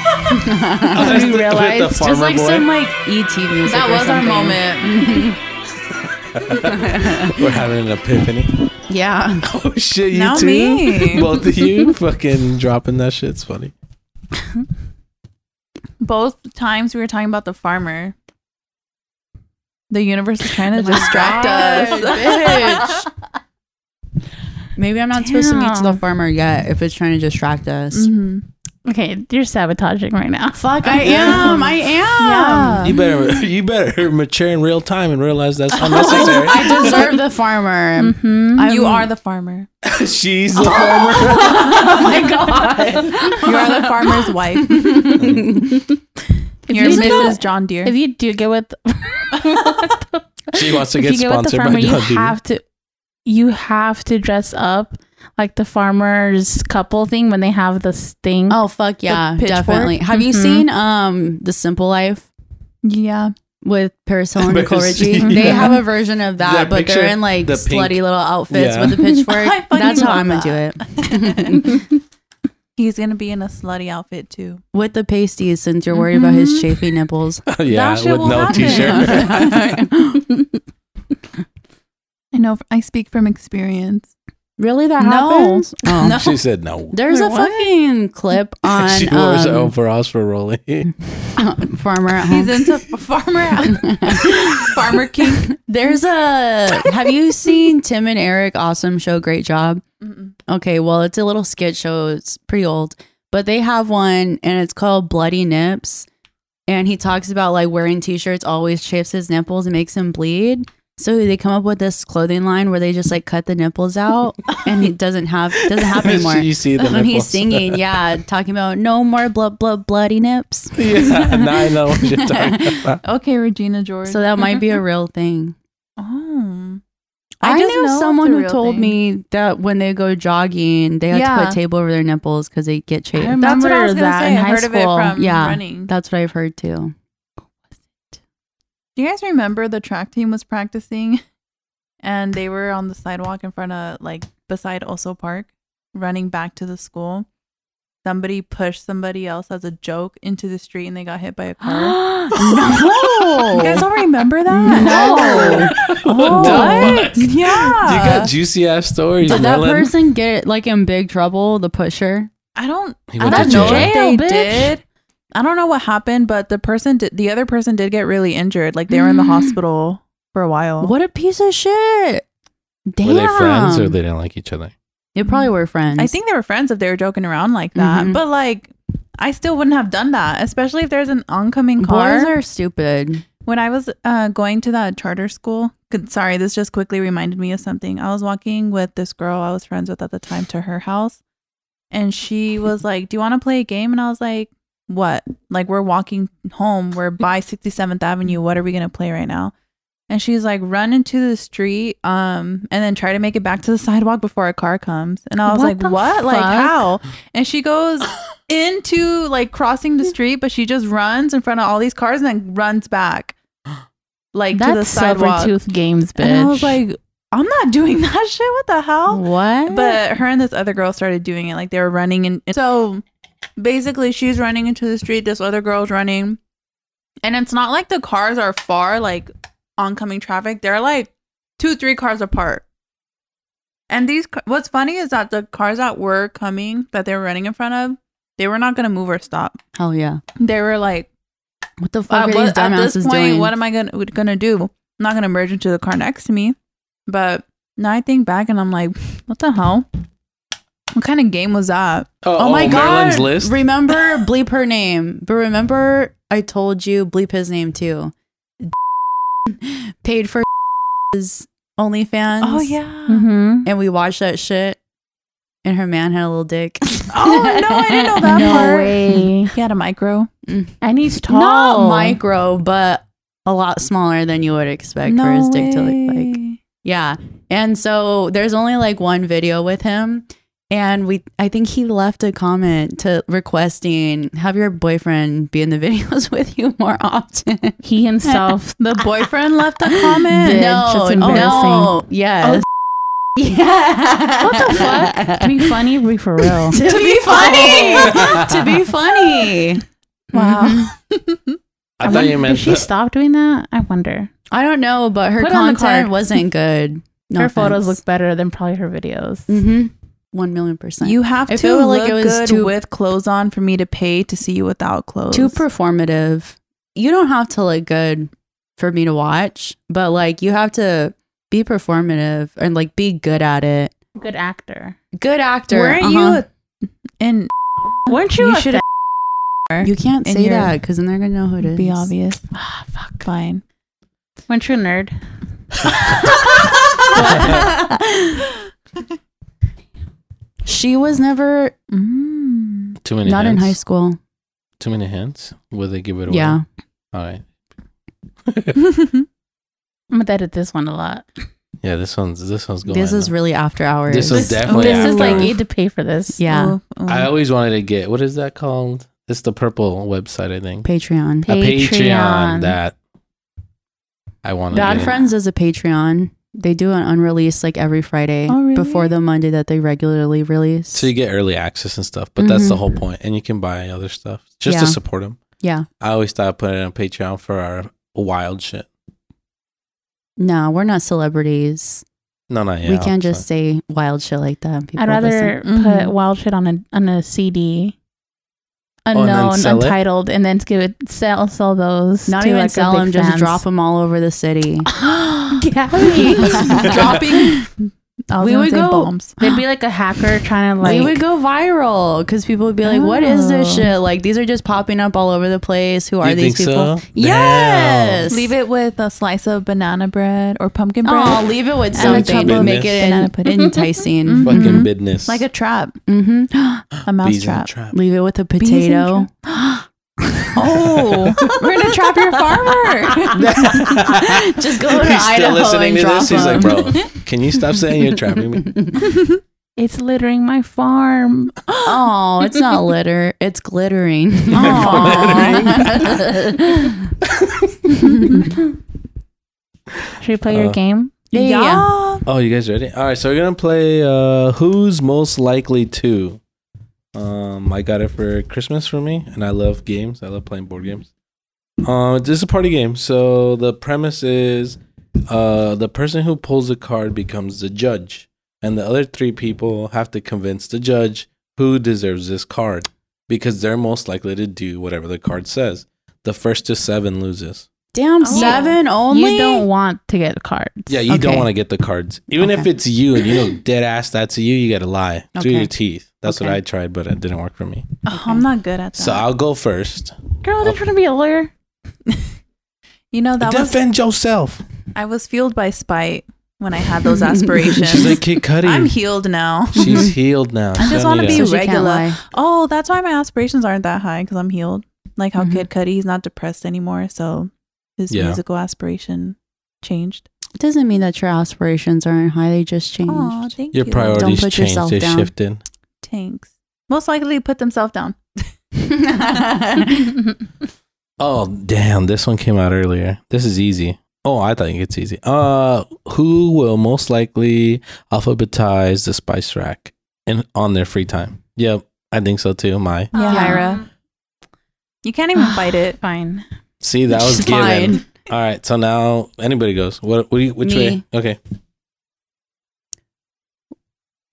B: Oh, that's
A: You
B: the- with the
A: realized? Just
C: Just
B: farmer
C: like
B: boy.
C: some like ET music.
D: that
C: or
D: was our
C: something.
D: moment.
B: We're having an epiphany.
C: Yeah.
B: Oh shit, you
D: Not
B: too?
D: me.
B: Both of you fucking dropping that shit's funny.
D: Both times we were talking about the farmer. The universe is trying to distract us.
C: Maybe I'm not supposed to meet to the
A: Damn.
C: farmer yet if it's trying to distract us.
D: Mhm.
A: Okay, you're sabotaging right now.
C: Fuck, I am. I am.
B: You better you better mature in real time and realize that's unnecessary.
C: I deserve the farmer.
A: Mm-hmm.
C: I'm-
D: You are the farmer.
B: She's the farmer.
C: Oh my god.
D: You are the farmer's wife. You're
A: you
D: Mrs.
A: don't-
D: John Deere.
A: If you do get with,
B: She wants to
A: if
B: get
A: you get with the
B: sponsored by
A: farmer, you
B: John Deere.
A: have to, you have to dress up like the farmer's couple thing when they have this thing.
C: oh fuck yeah,
D: pitchfork?
C: definitely. Have you
A: Mhm.
C: seen um The Simple Life
D: yeah.
C: with Paris Hill and
B: Paris-
C: Nicole Richie?
B: yeah.
C: They have a version of that,
B: That
C: but
B: picture,
C: they're in like
B: the
C: slutty
B: pink-
C: little outfits
B: Yeah.
C: with a
D: I
C: pitchfork.
D: fucking
C: That's how
D: love
C: I'm gonna do it.
D: He's gonna be in a slutty outfit too.
C: With the pasties, since you're worried about his chafy nipples.
B: yeah,
D: shit
B: with
D: will
B: no
D: happen.
B: t-shirt.
D: I know. I speak from experience.
C: Really, that
D: No.
C: happens? Oh.
D: No.
B: she said no.
C: There's a
D: Wait, what?
C: fucking clip on
B: she wears
C: um,
B: overalls for rolling.
C: Farmer at
D: He's
C: Home.
D: into f- farmer, farmer king.
C: There's a. Have you seen Tim and Eric Awesome Show? Great job. Okay, well, it's a little skit show. It's pretty old, but they have one, and it's called Bloody Nips. And he talks about like wearing t-shirts always chafes his nipples and makes him bleed. So they come up with this clothing line where they just like cut the nipples out, and it doesn't have doesn't have anymore.
B: you see the
C: when he's
B: nipples.
C: singing, yeah, talking about no more blood, blood, bloody nips.
B: yeah, now I know what you're talking about.
D: Okay, Regina George.
C: So that might be a real thing.
D: Oh.
C: I,
D: just know
C: knew
D: it's
C: someone
D: a
C: who
D: real
C: told
D: thing.
C: me that when they go jogging, they have to put
D: Yeah.
C: a tape over their nipples because they get
A: I
C: chafed.
A: remember
D: That's what I was gonna
A: that
D: say.
A: in
D: I
A: high
D: heard
A: school.
D: of it from
C: Yeah.
D: running.
C: That's what I've heard too.
D: Do you guys remember the track team was practicing and they were on the sidewalk in front of like beside Oso Park running back to the school? Somebody pushed somebody else as a joke into the street and they got hit by a car. you guys
C: no,
D: don't remember that?
C: no.
B: What the
D: Oh, What?
B: fuck?
D: Yeah.
B: You got juicy ass stories,
C: Did that
B: Merlin.
C: person get like in big trouble? The pusher.
D: I don't
B: He
D: I
B: went to
D: don't know
B: jail.
D: if they
A: Jail, bitch.
D: did. I don't know what happened, but the person did, the other person did get really injured. Like they were in the
C: Mm.
D: hospital for a while.
C: What a piece of shit! Damn.
B: Were they friends or they didn't like each other?
C: They probably were friends.
D: I think they were friends if they were joking around like that.
C: Mhm.
D: But like, I still wouldn't have done that, especially if there's an oncoming car.
C: boys are stupid.
D: when I was uh, going to that charter school, good- sorry, this just quickly reminded me of something. I was walking with this girl I was friends with at the time to her house, and she was like, "Do you want to play a game?" And I was like, "What?" Like we're walking home. We're by 67th Avenue. What are we gonna play right now? And she's like, "Run into the street, um, and then try to make it back to the sidewalk before a car comes." And I was
A: What the
D: like, "What? Like
A: fuck?
D: how?" And she goes into like crossing
A: Hmm.
D: the street, but she just runs in front of all these cars and then runs back, like to the
A: That's silver
D: sidewalk.
A: tooth games, bitch.
D: and I was like, I'm not doing that shit. What the hell?
C: What?
D: But her and this other girl started doing it. Like they were running and so basically she's running into the street this other girl's running and it's not like the cars are far like oncoming traffic they're like two three cars apart and these ca- what's funny is that the cars that were coming that they were running in front of they were not going to move or stop
C: Hell yeah.
D: they were like
C: What the fuck
D: uh,
C: are
D: what-
C: these
D: at this
C: dumbasses
D: point
C: doing?
D: what am i gonna gonna do i'm not gonna merge into the car next to me but now i think back and i'm like what the hell what kind of game was that
C: oh, my
B: Marilyn's
C: god.
B: list.
C: Remember bleep her name. But remember I told you bleep his name too. Paid for his OnlyFans.
D: oh yeah
A: Mm-hmm.
C: And we watched that shit. And her man had a little dick.
D: oh no i didn't know that
A: no
D: part
A: way.
D: he had a micro
A: And he's tall.
C: Not micro, but a lot smaller than you would expect for his dick to look like.
D: way.
C: Yeah. And so there's only like one video with him. And we I think he left a comment to requesting have your boyfriend be in the videos with you more often.
A: He himself.
D: The boyfriend left a comment.
A: Bitch, that's
C: no.
A: embarrassing.
C: Yes. Yeah.
A: what the fuck? to be funny, be for real.
C: to be funny. to be funny.
D: Wow.
B: I thought
A: Mm-hmm. wonder-
B: you meant
A: Did she
B: the-
A: stop doing that? I wonder.
C: I don't know, but her
A: Put on the
C: content
A: card.
C: wasn't good. No
A: her
C: offense.
A: photos look better than probably her videos.
D: Mm.
C: Mm-hmm. One million percent.
D: You have
C: I
D: to
C: feel like
D: look
C: it was
D: good
C: too-
D: with clothes on for me to pay to see you without clothes.
C: too performative. You don't have to look good for me to watch, but like you have to be performative and like be good at it.
A: Good actor.
C: Good actor.
D: Weren't
C: uh-huh.
D: you in?
A: Weren't you? a
D: should
A: fa-
C: You can't
D: in
C: say
D: your-
C: that because then they're gonna know who it is.
D: be obvious.
A: Ah, fuck.
D: Fine.
A: Weren't you a nerd?
C: She was never
D: Mm.
B: too many
C: not in
B: hints?
C: high school.
B: Too many hints? Will they give it away?
C: Yeah.
B: All right.
A: I'm gonna edit this one a lot.
B: Yeah, this one's this one's going.
C: This is
B: up.
C: really after hours.
B: This was
A: This-
B: definitely
A: This is
B: after
A: like
B: hours.
A: you need to pay for this.
C: yeah.
D: Ooh, ooh.
B: I always wanted to get what is that called? It's the purple website, I think.
C: Patreon.
B: A Patreon
A: Patreon.
B: that I want to.
C: Bad
B: get.
C: Friends does a Patreon. They do an unreleased like every Friday
D: Oh, really?
C: before the Monday that they regularly release.
B: So you get early access and stuff, but that's the
C: Mhm.
B: whole point. And you can buy other stuff just
C: Yeah.
B: to support them.
C: yeah.
B: I always thought I put it on Patreon for our wild shit.
C: No, we're not celebrities.
B: No, not yet.
C: we can't just say wild shit like that. and People
A: I'd rather
D: listen.
A: put
D: Mhm.
A: wild shit on a on a CD,
B: Oh, then
A: unknown,
B: sell it?
A: untitled, and then give it sell sell those.
C: not
A: to
C: even
A: like
C: sell
A: our
C: them,
A: big
C: just
A: fans.
C: drop them all over the city.
A: Gabby.
D: dropping. I was
C: We
D: gonna
C: would
D: say
C: go-
D: bombs.
A: They'd be like a hacker trying to like.
C: we would go viral because people would be like, "What is this
A: Oh.
C: shit? Like these are just popping up all over the place. Who are
B: You
C: these
B: think
C: people?"
B: so?
C: Yes.
D: Leave it with a slice of banana bread or pumpkin bread,
C: Oh, leave it with
D: And a
C: something.
B: couple of
C: Make it
D: banana
C: en-
D: pudding.
C: enticing.
B: Fucking
D: Mhm.
B: business.
D: like a trap,
C: hmm
D: a mouse
B: Bees in a
D: trap.
B: trap.
C: Leave it with a
D: Bees in a
C: potato.
D: trap. Oh, we're gonna trap your farmer.
C: just go to Idaho and drop
B: He's like,
C: them.
B: bro, can you stop saying you're trapping me?
A: It's littering my farm.
C: Oh, it's not litter. It's glittering.
D: Aw.
A: Should we play your
B: Uh,
A: game?
C: Yeah.
B: Oh, you guys ready? All right, so we're gonna play uh, "Who's Most Likely to." Um, I got it for Christmas for me, and I love games. I love playing board games. Uh, this is a party game, so the premise is uh, the person who pulls the card becomes the judge, and the other three people have to convince the judge who deserves this card because they're most likely to do whatever the card says. The first to seven loses.
C: Damn,
D: Oh.
C: seven only.
A: you don't want to get cards.
B: Yeah, you don't
C: Okay.
B: want to get the cards. Even if
C: Okay.
B: it's you and you know dead ass that's you, you got to lie through
C: Okay.
B: your teeth. That's what
C: Okay.
B: I tried, but it didn't work for me.
D: Oh, I'm not good at that.
B: So I'll go first.
A: Girl,
B: Oh.
A: they're trying to be a lawyer.
D: you know that was
B: Defend yourself.
D: I was fueled by spite when I had those aspirations.
B: She's like Kid Cudi.
D: I'm healed now.
B: She's healed now.
D: I just
B: Don't
D: wanna
B: need
D: be
B: us.
C: So she can't
D: regular.
C: lie.
D: Oh, that's why my aspirations aren't that high because I'm healed. Like how
C: Mhm.
D: Kid Cudi, he's not depressed anymore, so his
B: Mm-hmm. Yeah.
D: musical aspiration changed.
C: It doesn't mean that your aspirations aren't high. They just changed.
D: Oh, thank
B: Your
D: you.
B: priorities
C: put
B: changed.
C: yourself
B: They
C: down.
B: shifted.
D: Tanks most likely put themselves down.
B: Oh, damn. This one came out earlier. This is easy. Oh, I think it's easy. Uh, who will most likely alphabetize the spice rack in on their free time? Yep, I think so too. My
A: Yeah.
D: Kyra. You can't even fight it.
A: Fine.
B: see, that was
C: She's
B: given.
C: fine.
B: All right, so now anybody goes. What? what do you, which
C: Me.
B: way? Okay.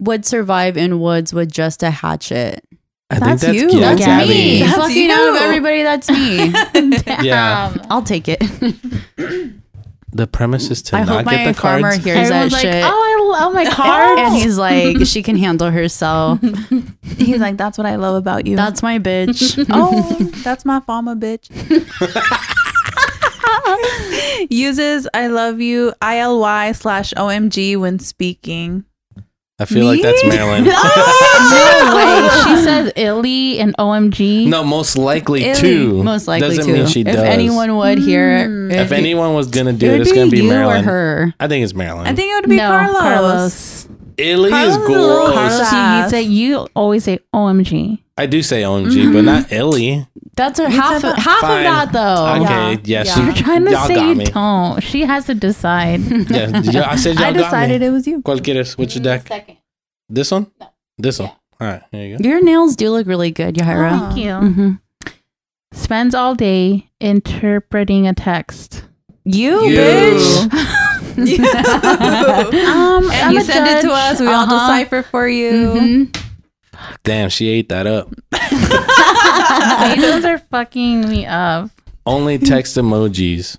C: Would survive in woods with just a hatchet.
B: I
D: That's you.
B: Gabby.
D: That's
B: Gabby.
D: me. That's
C: Fuck you know
D: you.
C: everybody. That's me.
B: Yeah.
A: Damn.
C: I'll take it.
B: The premise is to
C: I
B: not
C: hope my
B: get the
C: farmer
B: cards.
C: hears that
A: Everyone's like,
C: shit.
A: oh, I love my cards.
C: And he's like, she can handle herself.
D: He's like, that's what I love about you.
C: That's my bitch.
D: oh, that's my farmer bitch. Uses I love you ILY slash OMG when speaking.
B: I feel like that's Marilyn.
A: no way. She says illy and OMG.
B: no, most likely
D: Illy,
B: two.
C: Most likely
B: Doesn't
C: too.
B: mean she
C: if
B: does.
C: anyone would hear
D: Mm.
A: Hmm.
C: it,
B: if
C: it-
B: anyone was gonna do
C: it
B: it,
C: would
B: it's gonna be
C: you or
B: Marilyn.
C: her.
B: I think it's Marilyn.
D: I think it would be
A: No,
D: Carlos.
A: Carlos.
B: Illy is
D: Carlos.
B: gross.
A: Carlos, you, you say you always say OMG.
B: I do say OMG, but not Illy.
C: That's a
D: said
C: half of,
D: that.
C: half
B: Fine.
C: of that though.
B: Okay,
D: Yeah.
B: yes.
D: Yeah.
B: you-
A: You're trying to
B: y'all
A: say
B: got
A: you
B: me.
A: don't. She has to decide.
B: Yeah, yeah, I said y'all
D: I decided
B: got me.
D: it was you.
B: ¿Cuál quieres? What's your deck?
A: Second.
B: This one? This one. All right, here you go.
C: Your nails do look really good,
D: Oh.
C: Yahaira.
A: Thank you.
C: hmm
A: Spends all day interpreting a text.
C: You,
B: You.
C: bitch.
A: Um,
D: and you send it to us. We all decipher for you.
C: Mhm.
B: Damn, she ate that up.
A: Those are fucking me up.
B: Only text emojis.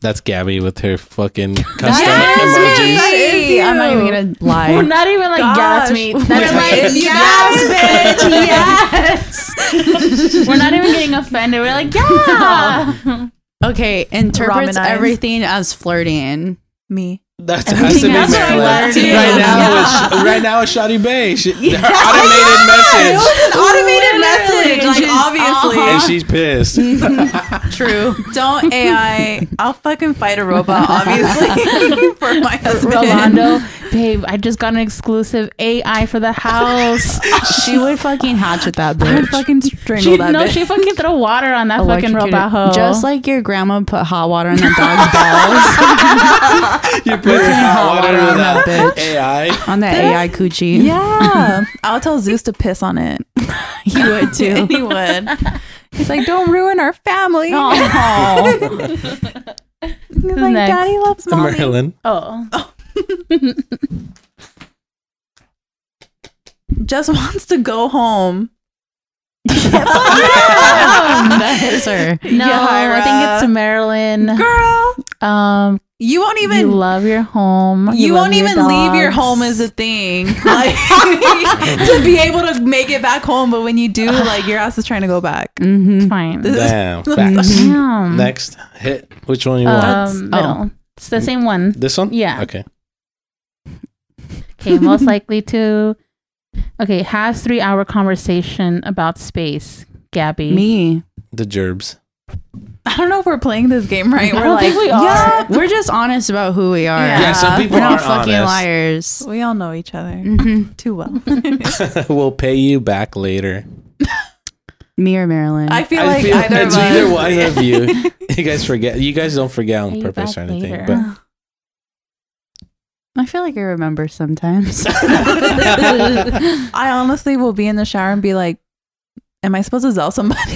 B: That's Gabby with her fucking custom
D: is
B: emojis.
D: me. That is you.
C: I'm not even gonna lie.
A: Well, not even like yeah, that's
D: Gosh.
A: me.
D: We're
A: That's
D: like,
A: like
D: yes, bitch,
A: yes. We're not even getting offended. We're like yeah.
C: Okay, interprets
D: Ramen eyes.
C: everything as flirting.
D: Me.
B: That has to be
A: Everything else
B: Marilyn.
A: I
B: Right
A: learned, yeah.
B: now, it's, right now it's Shotty Bay. She, Her automated message.
D: An automated message, like
A: Just-
D: obviously.
B: And she's pissed.
D: True. Don't AI. I'll fucking fight a robot, obviously, for my husband.
A: Rolando, babe, I just got an exclusive AI for the house.
C: She would fucking hatchet that
D: I would
C: bitch.
D: fucking strangle
A: she,
D: that
A: no,
D: bitch. Oh,
A: she fucking threw water on that fucking
C: Electrocute
A: robot hoe.
C: it. Just like your grandma put hot water on the dog's balls
B: you put hot water
C: water
B: on
C: on
B: that
C: that
B: AI.
C: on that AI coochie.
D: yeah, I'll tell Zeus to piss on it.
C: you would too.
D: he would. He's like, "Don't ruin our family." He's like,
A: Next.
D: "Daddy loves mommy."
B: Marilyn.
A: oh,
D: Just wants to go home.
C: that is her.
A: no, I think it's to Marilyn.
D: Girl,
A: Um,
D: you won't even
A: you love your home.
D: you,
A: love
D: won't
A: your
D: even leave your
A: dogs.
D: home is a thing like to be able to make it back home but when you do like your ass is trying to go back
C: Mm-hmm.
A: fine.
D: This-
B: Damn. Facts.
A: Damn.
B: Next hit. Which one you want?
A: um,
D: Oh.
A: middle. It's the same one.
B: this one?
A: yeah.
B: Okay.
A: Okay, most likely to. Okay, has three hour conversation about space, Gabby.
C: Me.
B: The gerbs.
D: i don't know if we're playing this game
A: I
D: right we're
A: don't
D: like
A: think we are.
D: yeah
C: We're just honest about who we are.
D: Yeah.
B: Yeah, some people
C: We're
B: are
C: not fucking
B: honest.
C: liars.
D: we all know each other
C: Mhm.
D: too well
B: we'll pay you back later.
C: Me or Marilyn.
D: i feel like either
B: it's
D: of us
B: either one of you. You guys forget. You guys don't forget
A: Pay
B: on
A: you
B: purpose or
A: back
B: anything.
A: later.
B: But
C: I feel like I remember sometimes.
D: i honestly will be in the shower and be like am i supposed to zell somebody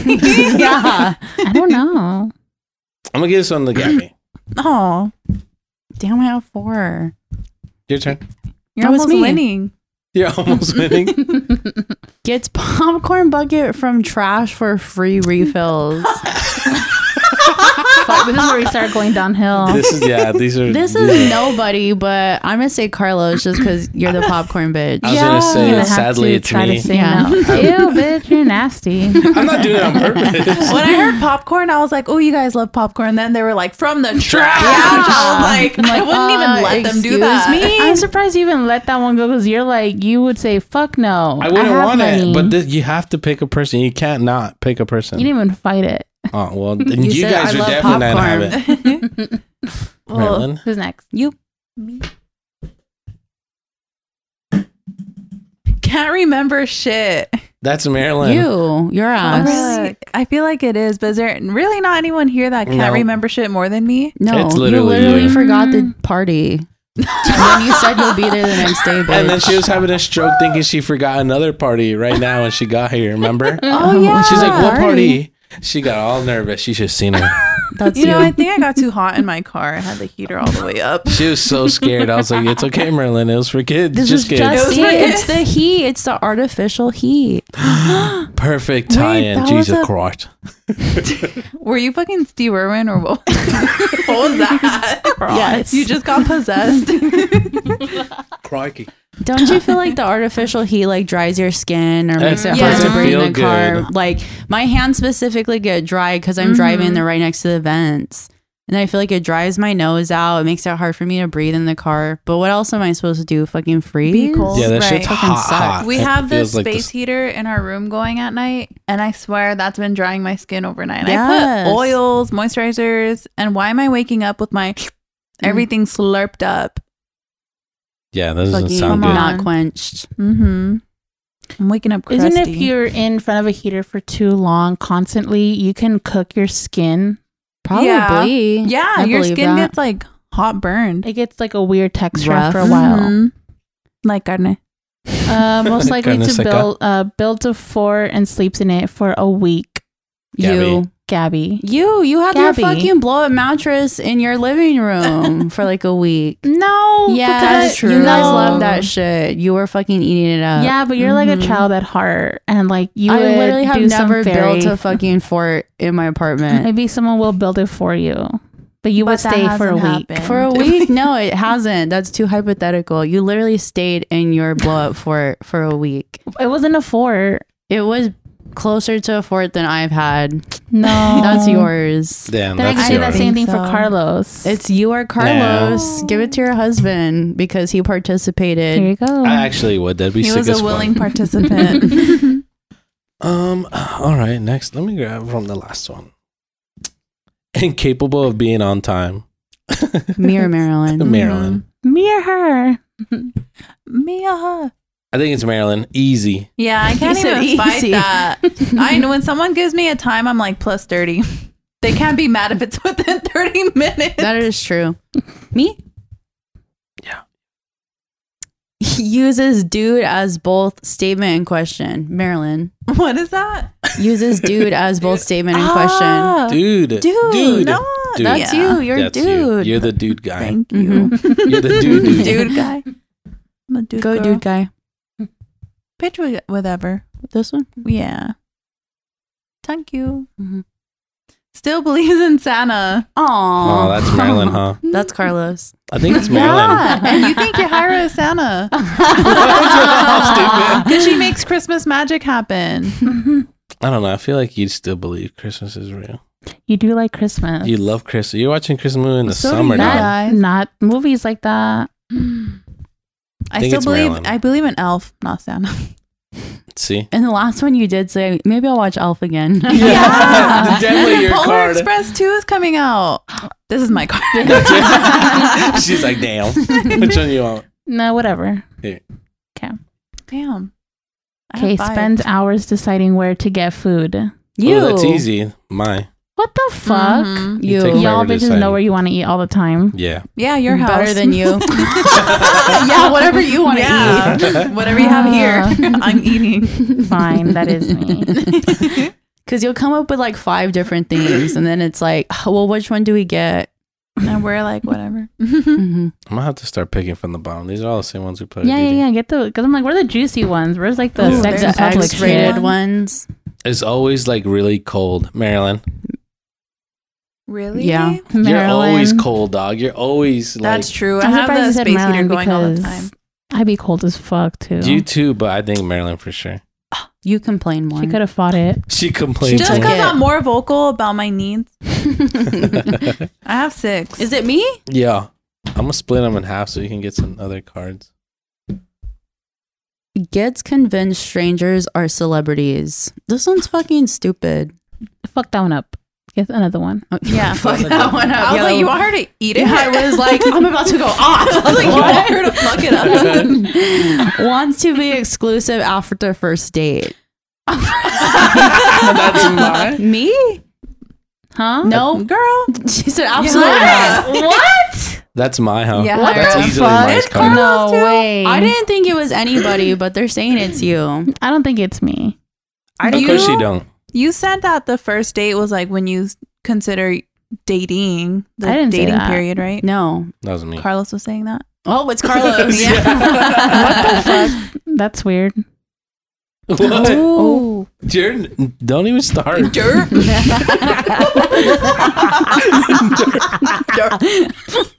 C: yeah.
A: I don't know.
B: I'm gonna give this one to Gabby.
D: oh
C: Damn, I have four.
B: Your turn.
D: you're
C: That was
D: almost
C: me.
D: winning
B: You're almost winning.
C: Gets popcorn bucket from trash for free refills.
A: Fuck, this is where we start going downhill.
B: this is yeah. These are.
C: this
B: these
C: is
B: are-
C: nobody, but I'm gonna say Carlos just because you're the popcorn bitch.
B: I was gonna say,
A: I'm gonna have
B: sadly,
A: to
B: it's
A: try
B: me.
A: To say
C: Yeah.
A: no. Ew, bitch, you're nasty.
B: I'm not doing it on purpose.
D: when I heard popcorn, I was like, "Oh, you guys love popcorn." then they were like, "From the trash." I was like, "Ah, I wouldn't
C: uh,
D: even let them do
C: excuse
D: that.
C: me?
A: I'm surprised you even let that one go because you're like, you would say, fuck no.
B: I wouldn't
A: have
B: want
A: money."
B: it, but this, you have to pick a person. You can't not pick a person.
A: you didn't even fight it.
B: oh well, then you,
C: You said,
B: guys
C: "I
B: are
C: love
B: definitely not
C: popcorn."
B: having it.
D: Well,
B: Marilyn.
A: Who's next?
C: You
D: can't remember shit.
B: That's Marilyn.
C: you, your ass.
D: Honestly, I feel like it is, but is there really not anyone here that can't
B: No.
D: remember shit more than me?
C: No,
B: It's
C: you
B: literally
C: literally
B: you.
C: forgot the party. and then you said you'll be there the next day, bitch.
B: And then she was having a stroke thinking she forgot another party right now when she got here, remember?
C: oh yeah,
B: She's like, what party? She got all nervous. She should have seen her.
C: That's you.
D: You know, I think I got too hot in my car. I had the heater all the way up.
B: She was so scared. I was like, it's okay, Merlin. It was for kids.
A: This
B: just
A: was
B: kids.
A: just-
C: See,
A: It was like-
C: it's the heat. It's the artificial heat.
B: Perfect tie in.
D: that was
B: Jesus
D: a-
B: Christ.
D: Were you fucking Steve Irwin or what? what was that?
C: Yes.
D: You just got possessed.
B: Crikey.
C: Don't you feel like the artificial heat like dries your skin or makes it
D: Yeah.
C: hard to
D: Doesn't
C: breathe in
B: feel
C: the car?
B: good.
C: Like my hands specifically get dry because I'm driving. They're right next to the vents, and I feel like it dries my nose out. It makes it hard for me to breathe in the car. But what else am I supposed to do? Fucking freeze?
D: cold.
B: Yeah, that
D: Right.
B: shit's
D: Fucking
B: hot.
C: suck.
B: hot.
D: we
B: It
D: have the
B: feels
D: space
B: like this-
D: heater in our room going at night, and I swear that's been drying my skin overnight. I
C: Yes.
D: put oils, moisturizers, and why am I waking up with my everything slurped up?
B: Yeah, that doesn't
C: Fucking
B: sound
D: come
B: good.
D: on.
C: not quenched.
D: Mm-hmm. I'm waking up crusty.
A: Isn't if you're in front of a heater for too long constantly, you can cook your skin.
C: Probably.
D: yeah,
C: I
D: your
C: believe
D: skin
C: that.
D: gets like hot burned
A: It gets like a weird texture
C: Rough.
A: after a while.
D: Mhm. like carne.
A: Uh, most likely
B: Carne
A: to
B: seca.
A: build uh, builds a fort and sleeps in it for a week.
C: You.
B: Gabby.
A: Gabby.
C: You you had
A: Gabby.
C: your fucking blow up mattress in your living room for like a week.
A: No,
C: yeah,
A: because
C: that's true.
A: You
C: You guys
A: know-
C: love that shit. You were fucking eating it up.
A: Yeah, but you're like a
D: Mhm.
A: child at heart, and like you
C: I
A: would
C: literally have
A: do some
C: never
A: fairy-
C: built a fucking fort in my apartment
A: Maybe someone will build it for you, but you would
D: But that
A: stay for a week.
D: hasn't happened.
C: for a week. No, it hasn't. That's too hypothetical. You literally stayed in your blow up fort for a week.
A: It wasn't a fort.
C: It was closer to a fort than I've had.
A: No,
C: That's yours.
B: Damn,
A: Then I
B: that's
A: can
C: I
A: say
B: your.
A: that
C: think
A: same thing for
C: so.
A: Carlos.
C: It's you or Carlos.
A: No.
C: Give it to your husband because he participated.
A: here you go.
B: I actually would. That'd be
D: He
B: sick
D: was
B: as
D: a
B: fuck.
D: willing participant.
B: Um. All right. Next, let me grab from the last one. Incapable of being on time,
C: Mirror Marilyn.
B: Marilyn.
A: Mirror her.
D: Mia.
B: I think it's Marilyn. Easy.
D: Yeah, I can't
C: said
D: even fight
C: easy.
D: that. I know when someone gives me a time, I'm like plus 30. They can't be mad if it's within 30 minutes.
C: That is true. Me?
B: Yeah.
C: He uses dude as both statement and question. Marilyn
D: what is that?
C: uses dude as both statement and question.
D: Ah,
B: Dude.
D: Dude.
B: Dude.
D: No,
B: Dude.
C: That's
D: Yeah. Mm-hmm.
C: you. You're
B: That's
C: a
B: you.
C: dude.
B: You're the dude guy.
D: Thank you.
B: You're the dude dude.
D: dude guy. I'm a dude
C: Go,
D: girl.
C: dude guy.
D: Bitch, with- whatever.
C: This one?
D: Yeah. Thank you.
C: Mhm.
D: Still believes in Santa.
B: Oh,
C: Aww.
B: that's Marilyn, huh?
C: that's Carlos.
B: I think it's Marilyn.
D: Yeah, and you think Yahira is Santa.
B: Stupid.
D: Because she makes Christmas magic happen.
B: I don't know. I feel like you still believe Christmas is real.
A: you do like Christmas.
B: You love Christmas. You're watching Christmas movie in the
D: So do
B: summer
D: you.
A: not,
B: now.
D: guys.
A: not movies like that.
D: I
B: think
D: still
B: it's
D: believe
B: Marilyn.
D: I believe in Elf, not Santa.
B: See?
C: And the last one you did say, maybe I'll watch Elf again.
D: Yeah.
B: Definitely your
D: Polar
B: card.
D: Express 2 is coming out. This is my card.
B: She's like, damn. Which one you want?
A: No, whatever.
D: Damn. I
A: Okay,
D: have five.
A: spend hours deciding where to get food.
C: you.
B: Oh, that's easy. My.
A: What the fuck?
D: Mhm.
B: You
C: You.
B: take
A: Y'all
B: Forever
A: bitches
B: deciding.
A: know where you want to eat all the time.
B: Yeah.
D: Yeah, your house.
C: Better than you. yeah, whatever you want to eat.
D: Yeah. Whatever you have here, I'm eating.
A: Fine, that is me.
C: Because you'll come up with like five different things, and then it's like, "Oh, well, which one do we get?
D: And we're like, whatever.
C: Mm-hmm.
B: I'm gonna have to start picking from the bottom. These are all the same ones we played.
A: yeah, yeah, yeah. Get the because I'm like, where are the juicy ones? Where's like the
D: Ooh,
A: sex
D: there's
A: and
D: a
A: stuff like
D: Public
C: X-rated
A: shit?
D: one.
C: ones.
B: It's always like really cold, Marilyn.
D: Really?
C: Yeah.
B: You're always
A: Maryland.
B: cold, dog. You're always like
D: That's true. I
A: I'm
D: have
A: surprised
D: the
A: you said
D: space heater
A: Maryland
D: going all the
A: because
D: time.
A: I'd be cold as fuck too.
B: you too, but I think Marilyn for sure.
C: You complain more.
A: she could have fought it.
B: She complains.
D: Just
C: took
B: more.
D: because
C: it.
D: I'm more vocal about my needs,
C: Is
D: I have six.
C: it me?
B: yeah, I'm gonna split them in half so you can get some other cards.
C: Gets convinced strangers are celebrities. This one's fucking stupid.
A: Fuck that one up. Get another one.
C: Oh,
D: Yeah.
C: fuck that one up.
D: I was
C: Yeah,
D: like,
C: that
D: you
C: one-
D: want her to eat it?
C: Yeah, I was like, I'm about to go off.
D: I was like, you want her to fuck it up?
C: Wants to be exclusive after the first date.
B: That's mine.
C: Me?
A: Huh?
C: No,
D: Girl.
C: She said absolutely
D: Yeah.
C: not. What?
B: That's my house.
D: Yeah,
A: What
B: That's
A: the
B: easily
A: fuck?
B: my
D: Carlos
B: house.
A: no
D: too?
A: way.
C: I didn't think it was anybody, but they're saying it's you.
A: I don't think it's me.
D: I
B: Of
D: you,
B: course you don't.
D: You said that the first date was like when you s- consider dating the
A: I didn't say
D: dating
A: that.
D: period, right?
C: No.
B: That was me.
D: Carlos was saying that.
C: Oh, it's Carlos.
D: Yeah.
C: Yeah.
D: What
A: That's weird.
B: What?
A: Oh,
B: You're, don't even start.
C: Dirt.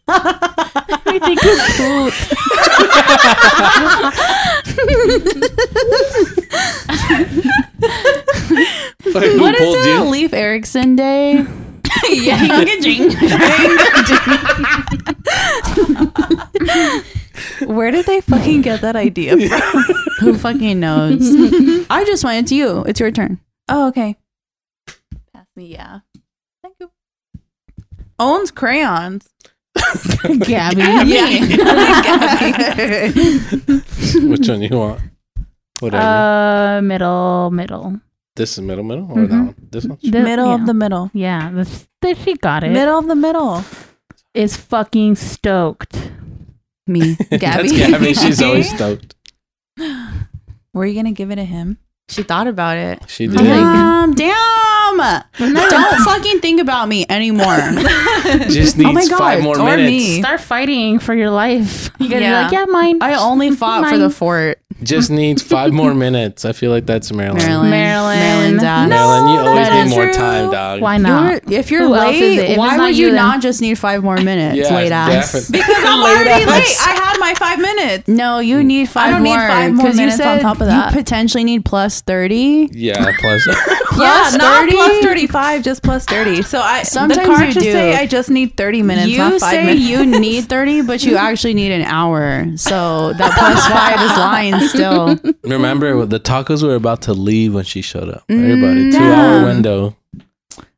A: I think it's poop.
B: Fucking
C: What is
B: pulled
C: it?
B: you.
C: Leaf Erikson Day?
D: yeah, Where did they fucking get that idea? From?
C: Who fucking knows? I just went. It's you. It's your turn.
D: Oh, okay. Pass me, yeah. Thank you. Owns crayons.
A: Gabby.
B: Which one you want? Whatever.
A: Uh, middle, middle.
B: this is middle, middle, or that
A: mhm.
B: one? This one?
A: The-
D: middle
A: yeah.
D: of the middle.
A: Yeah, this, this, she got it.
D: Middle of the middle.
A: Is fucking stoked.
C: Me,
B: That's
C: Gabby.
B: Gabby. She's always stoked.
D: Were you gonna give it to him?
C: she thought about it.
B: She
A: I'm
B: did.
A: like-
C: Um, damn. Don't fucking think about me anymore.
A: Oh
B: Just
C: my
B: needs five
C: God,
B: more
D: or
B: minutes.
D: me.
A: Start fighting for your life. You gotta
D: Yeah.
A: be like, yeah, mine.
C: I only fought for the fort.
B: Just needs five more minutes. I feel like that's Maryland.
C: Maryland.
A: Maryland.
C: Maryland's out.
B: Maryland, you always
A: that
B: need
A: is
B: more
D: true.
B: time, dog.
A: Why not?
C: You're- if you're
A: Who else is it? If
C: late,
A: it's
C: why
A: not
C: would
A: you,
C: you
A: then-
C: not just need five more minutes?
B: Yeah,
C: late ass.
B: definitely.
D: Because I'm already late. I had my five minutes.
C: No,
B: Hmm.
C: you need five.
D: don't need
C: more,
D: five more
C: 'cause you
D: minutes on
C: said
D: top of that.
C: You potentially need plus thirty.
B: Yeah, plus.
D: yeah,
C: Plus
D: not
C: 30?
D: plus thirty-five, just plus thirty. So I
C: Sometimes
D: the card
C: you
D: should
C: do.
D: say I just need thirty minutes,
C: you
D: not five
C: say
D: minutes.
C: you need thirty, but you actually need an hour. So that plus five is lying still.
B: Remember, the tacos were about to leave when she showed up.
A: Mm,
B: Everybody, two hour
D: Damn.
B: window.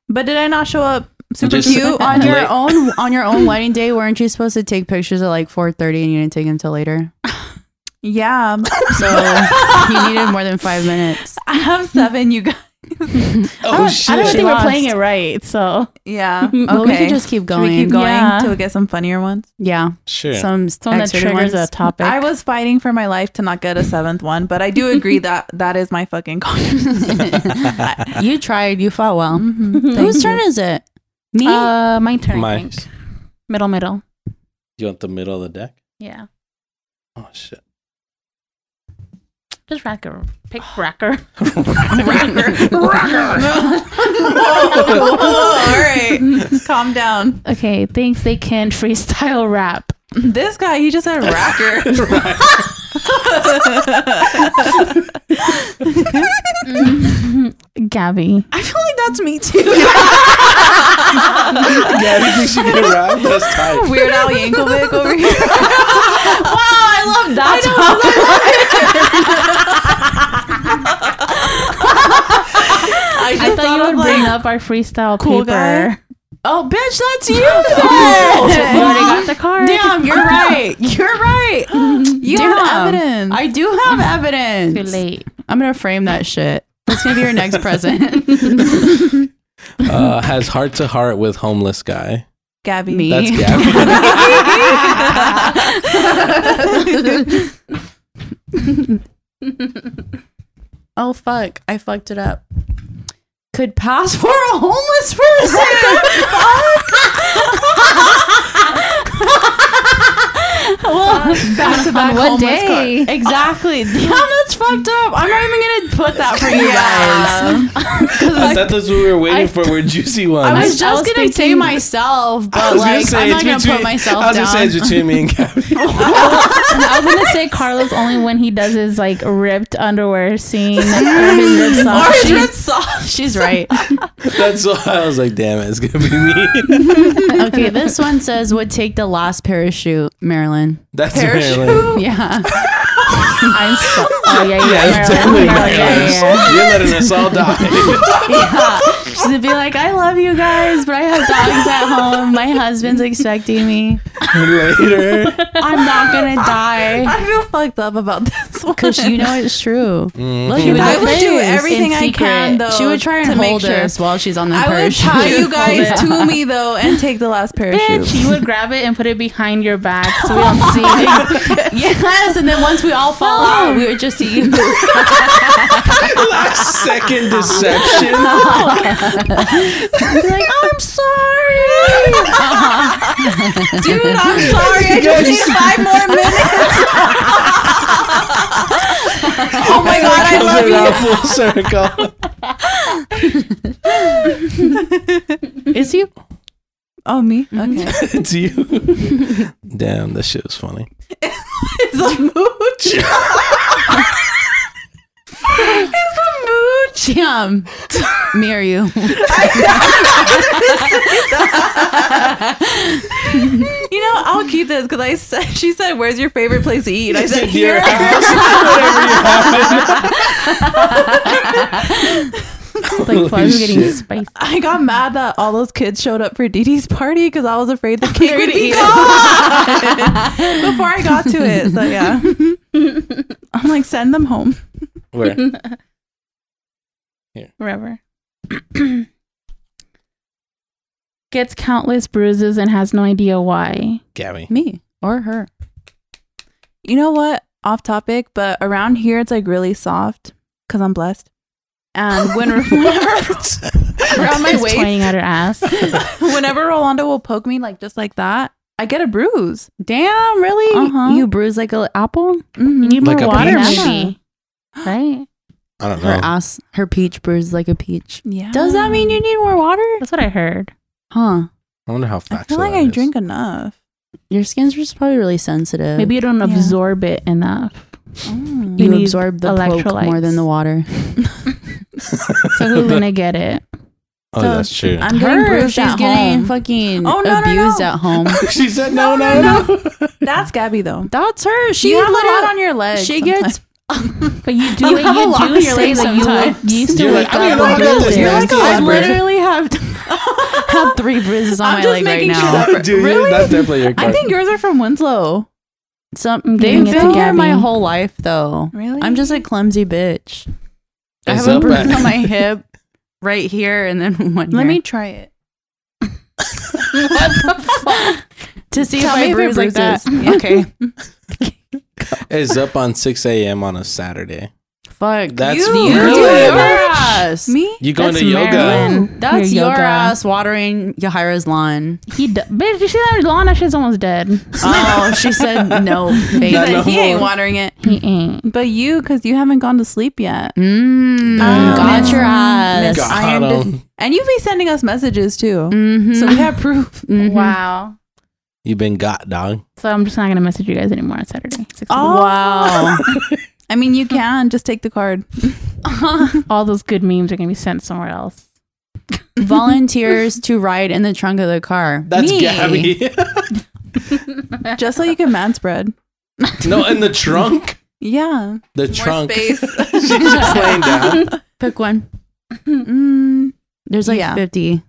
D: but did I not show up super
B: Just-
D: cute
C: On your
B: Late.
C: own on your own wedding day, weren't you supposed to take pictures at like four thirty and you didn't take them till later?
D: Yeah,
C: So you needed more than five minutes.
D: I have seven. You guys.
B: Oh
A: I don't
B: shit!
A: think
C: lost.
A: we're playing it right. So
D: Yeah. Okay.
C: Well, we could just keep
D: Should
C: going.
D: We keep going
A: Yeah.
D: till we get some funnier ones.
C: Yeah.
B: Sure.
C: Some
A: someone that
C: extra
A: triggers a
C: ones.
A: topic. Uh,
D: I was fighting for my life to not get a seventh one, but I do agree that that is my fucking call.
C: you tried. You fought
D: Mm.
C: well. Whose
D: Who's
C: turn is it? Me.
A: uh, my turn. I
B: Mine.
A: think. Middle, middle.
B: You want the middle of the deck?
A: Yeah,
B: Oh shit!
A: just racker. Pick racker.
D: all right, calm down.
A: Okay, thinks they can freestyle rap.
D: This guy, he just had racker.
A: Gabby.
C: I feel like that's me too.
B: Yeah, you think she can rap? That's tight.
D: Weird Al Yankovic over here.
C: wow, I love that.
D: I, just
A: I thought you
D: of,
A: would
D: like,
A: bring up our freestyle
D: cool guy.
A: paper.
C: Oh, bitch, that's you. then.
A: You already got the card.
C: Damn, you're right. You're right. You
D: have evidence.
C: I do have evidence.
A: Too late.
C: I'm gonna frame that shit. That's gonna be your next present.
B: Uh, has heart to heart with homeless guy.
D: Gabby.
C: Me.
B: That's Gabby.
C: oh fuck, I fucked it up. Could pass for a homeless person. well,
D: Back to back
A: On what
D: homeless card.
A: day?
C: exactly. Damn, that's fucked up. I'm not even gonna put that for you guys.
D: Yeah.
B: I thought that's what we were waiting for. We're juicy ones.
C: I was
A: I
C: just
A: was
C: gonna say
A: thinking-
C: myself,
B: I
C: but
B: was gonna
C: like
B: say
C: I'm
B: it's
C: not gonna put
B: between-
C: myself
B: I was gonna say
C: down.
B: it's between me and Gabby.
A: I was gonna say Carlos only when he does his like ripped underwear scene or his ripped socks.
C: She's-
A: She's-
C: Oh, She's right.
B: That's why I was like, damn it, it's gonna be me.
C: Okay, this one says would take the last parachute, Marilyn.
B: That's Maryland.
C: Yeah.
A: I'm so- oh yeah, yeah,
B: Yeah,
A: Marilyn.
B: it's definitely
A: Yeah, yeah,
B: Maryland.
A: yeah.
B: You're letting us all die.
C: yeah. to be like, I love you guys, but I have dogs at home. My husband's expecting me.
B: later.
C: I'm not gonna die
D: I feel fucked up about this one.
C: because you know it's true.
B: Mm.
C: Look, you
D: I
C: would
D: would do
C: do
D: everything I can, though,
C: She would try and
D: to make
C: hold
D: sure.
C: us while she's on the
D: I would
C: perch.
D: tie you guys
C: Hold it.
D: to me though and take the last parachute.
A: Bitch, you would grab it and put it behind your back so we don't see it.
C: yes, and then once we all fall out, we would just see you.
B: Last second deception.
C: like, I'm sorry.
D: Dude, I'm sorry. I just need five more minutes. oh my god, I love
B: Comes
D: you.
B: around full circle.
C: Is you?
D: Oh me? Okay.
B: it's you. Damn, that shit was funny.
D: It's a mooch. it's
C: Damn. Me or you?
D: a mooch. You know, I'll keep this because I said she said, "Where's your favorite place to eat?" I said,
B: It's your
D: "Here."
B: house, whatever you have.
A: Like, flies
B: Holy
A: getting
B: shit.
A: spicy.
D: I got mad that all those kids showed up for Dee Dee's party because I was afraid the cake
C: They're
D: would
C: gonna
D: be
C: eat it.
D: gone before I got to it. So yeah, I'm like, send them home.
B: Where?
A: Wherever. Gets countless bruises and has no idea why.
B: Gabby.
C: Me or her?
D: You know what? Off topic, but around here it's like really soft because I'm blessed. And when around my
A: Just
D: waist,
A: pointing at her ass.
D: whenever Rolando will poke me like just like that, I get a bruise.
C: Damn, really?
D: Uh-huh.
C: You mm-hmm. bruise like an apple?
A: You need
B: Like
A: more
B: a
A: water,
B: peach?
A: maybe. Right?
B: I don't
C: Her
B: know.
C: ass, her peach bruised like a peach.
D: Yeah.
C: Does that mean you need more water?
A: That's what I heard.
C: Huh.
B: I wonder how
D: I
B: factual
D: feel like
B: that
D: I
B: is.
D: drink enough.
C: Your skin's just probably really sensitive.
A: Maybe you don't
D: Yeah.
A: absorb it enough.
D: Mm.
A: you
C: you,
A: need
C: absorb the poke more
A: electrolytes.
C: than the water.
A: So who's gonna get it?
B: Oh, that's true.
D: I'm getting bruised
C: she's
D: at
C: getting
D: home.
C: fucking
D: Oh, no, no,
C: abused
D: no.
C: at home.
B: she said no, no, no.
D: no, That's Gabby though.
C: That's her. She
D: you have a
C: literally
D: lot on your legs.
C: she
D: sometimes.
C: gets
A: But you do
C: You
A: it.
C: have a
A: You
C: lot
A: do
C: to
A: it. You're
C: say
A: like that you
C: sometimes.
A: would- you used to
B: You're
A: wake
B: like, I don't
A: up
B: even know
A: with
B: how to do
A: bruises.
B: this. You're like,
C: "Oh, I
B: Elaborate.
C: literally have have three bruises on
D: I'm
C: my
D: just
C: leg right
D: making sure
C: now.
D: that-
B: Dude,
D: Really?
B: Uh, That's definitely your
D: I
B: card.
D: think yours are from Winslow.
C: Some
A: giving
C: they've
A: it to
C: been here
A: Gabby.
C: my whole life though.
D: Really?
C: I'm just a clumsy bitch. I
B: It's
C: have a
B: up
C: bruise
B: at-
C: on my hip right here and then one.
D: Let
C: here.
D: me try it.
C: to see
D: Tell
C: if
D: me
C: I
D: if it
C: bruise like that.
D: bruises.
C: Okay.
B: It's up on 6 a.m. on a Saturday.
C: Fuck.
B: That's
D: You-
B: really
C: you.
D: You're
C: That's
D: doing
B: good.
C: your ass.
D: Me?
B: You going
A: That's
B: to yoga?
A: Maryland.
C: That's
A: Your
C: your,
A: yoga.
C: ass watering Yahira's lawn.
A: He d- bitch, you see that lawn? That shit's almost dead.
C: Oh, she said no. Baby.
B: Not no
D: he ain't
B: more.
D: watering it.
A: He ain't.
D: But you, because you haven't gone to sleep yet.
C: Mm,
B: Damn.
C: got your ass.
D: Miss-
B: God,
D: Ironed-
B: um,
D: And you be sending us messages too.
C: Mhm.
D: So we have proof.
C: Mhm.
A: Wow.
B: you been got, dog.
A: Mm-hmm. So I'm just not gonna message you guys anymore on Saturday. Six
D: Oh.
C: Wow.
D: I mean, you can just take the card.
A: All those good memes are gonna be sent somewhere else.
C: Volunteers to ride in the trunk of the car.
B: That's
C: Me.
B: Gabby.
D: Just so you can man spread.
B: no, in the trunk.
D: Yeah.
B: The trunk.
D: space.
B: She's just laying down.
C: Pick one.
D: Mm,
C: There's like
D: Yeah.
C: 50.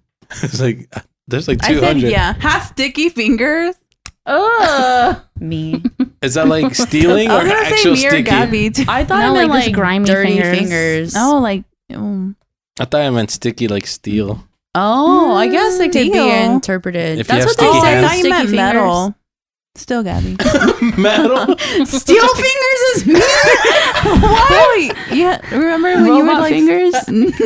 B: It's like there's like
D: I
B: 200.
D: said, yeah. Half sticky fingers.
A: Oh,
C: Me.
B: Is that like stealing
D: I
B: or
D: was going to say
B: actual
D: me or
B: sticky?
D: Gabby too.
C: I
A: No,
C: thought I meant
A: like,
C: like,
A: just grimy
C: dirty
A: fingers.
C: fingers.
D: Oh, like, mm.
B: I thought I meant sticky like steel.
C: Oh, I guess it could
D: Deal.
C: be interpreted.
B: If you have
C: That's what they
B: sticky
D: oh,
C: said.
D: I
B: hands.
D: thought you
C: sticky
D: meant
C: fingers.
D: metal. Still Gabby.
B: Metal.
C: Steel fingers is me.
D: Why? Yeah. Remember when you were
C: Robot
D: like.
C: fingers?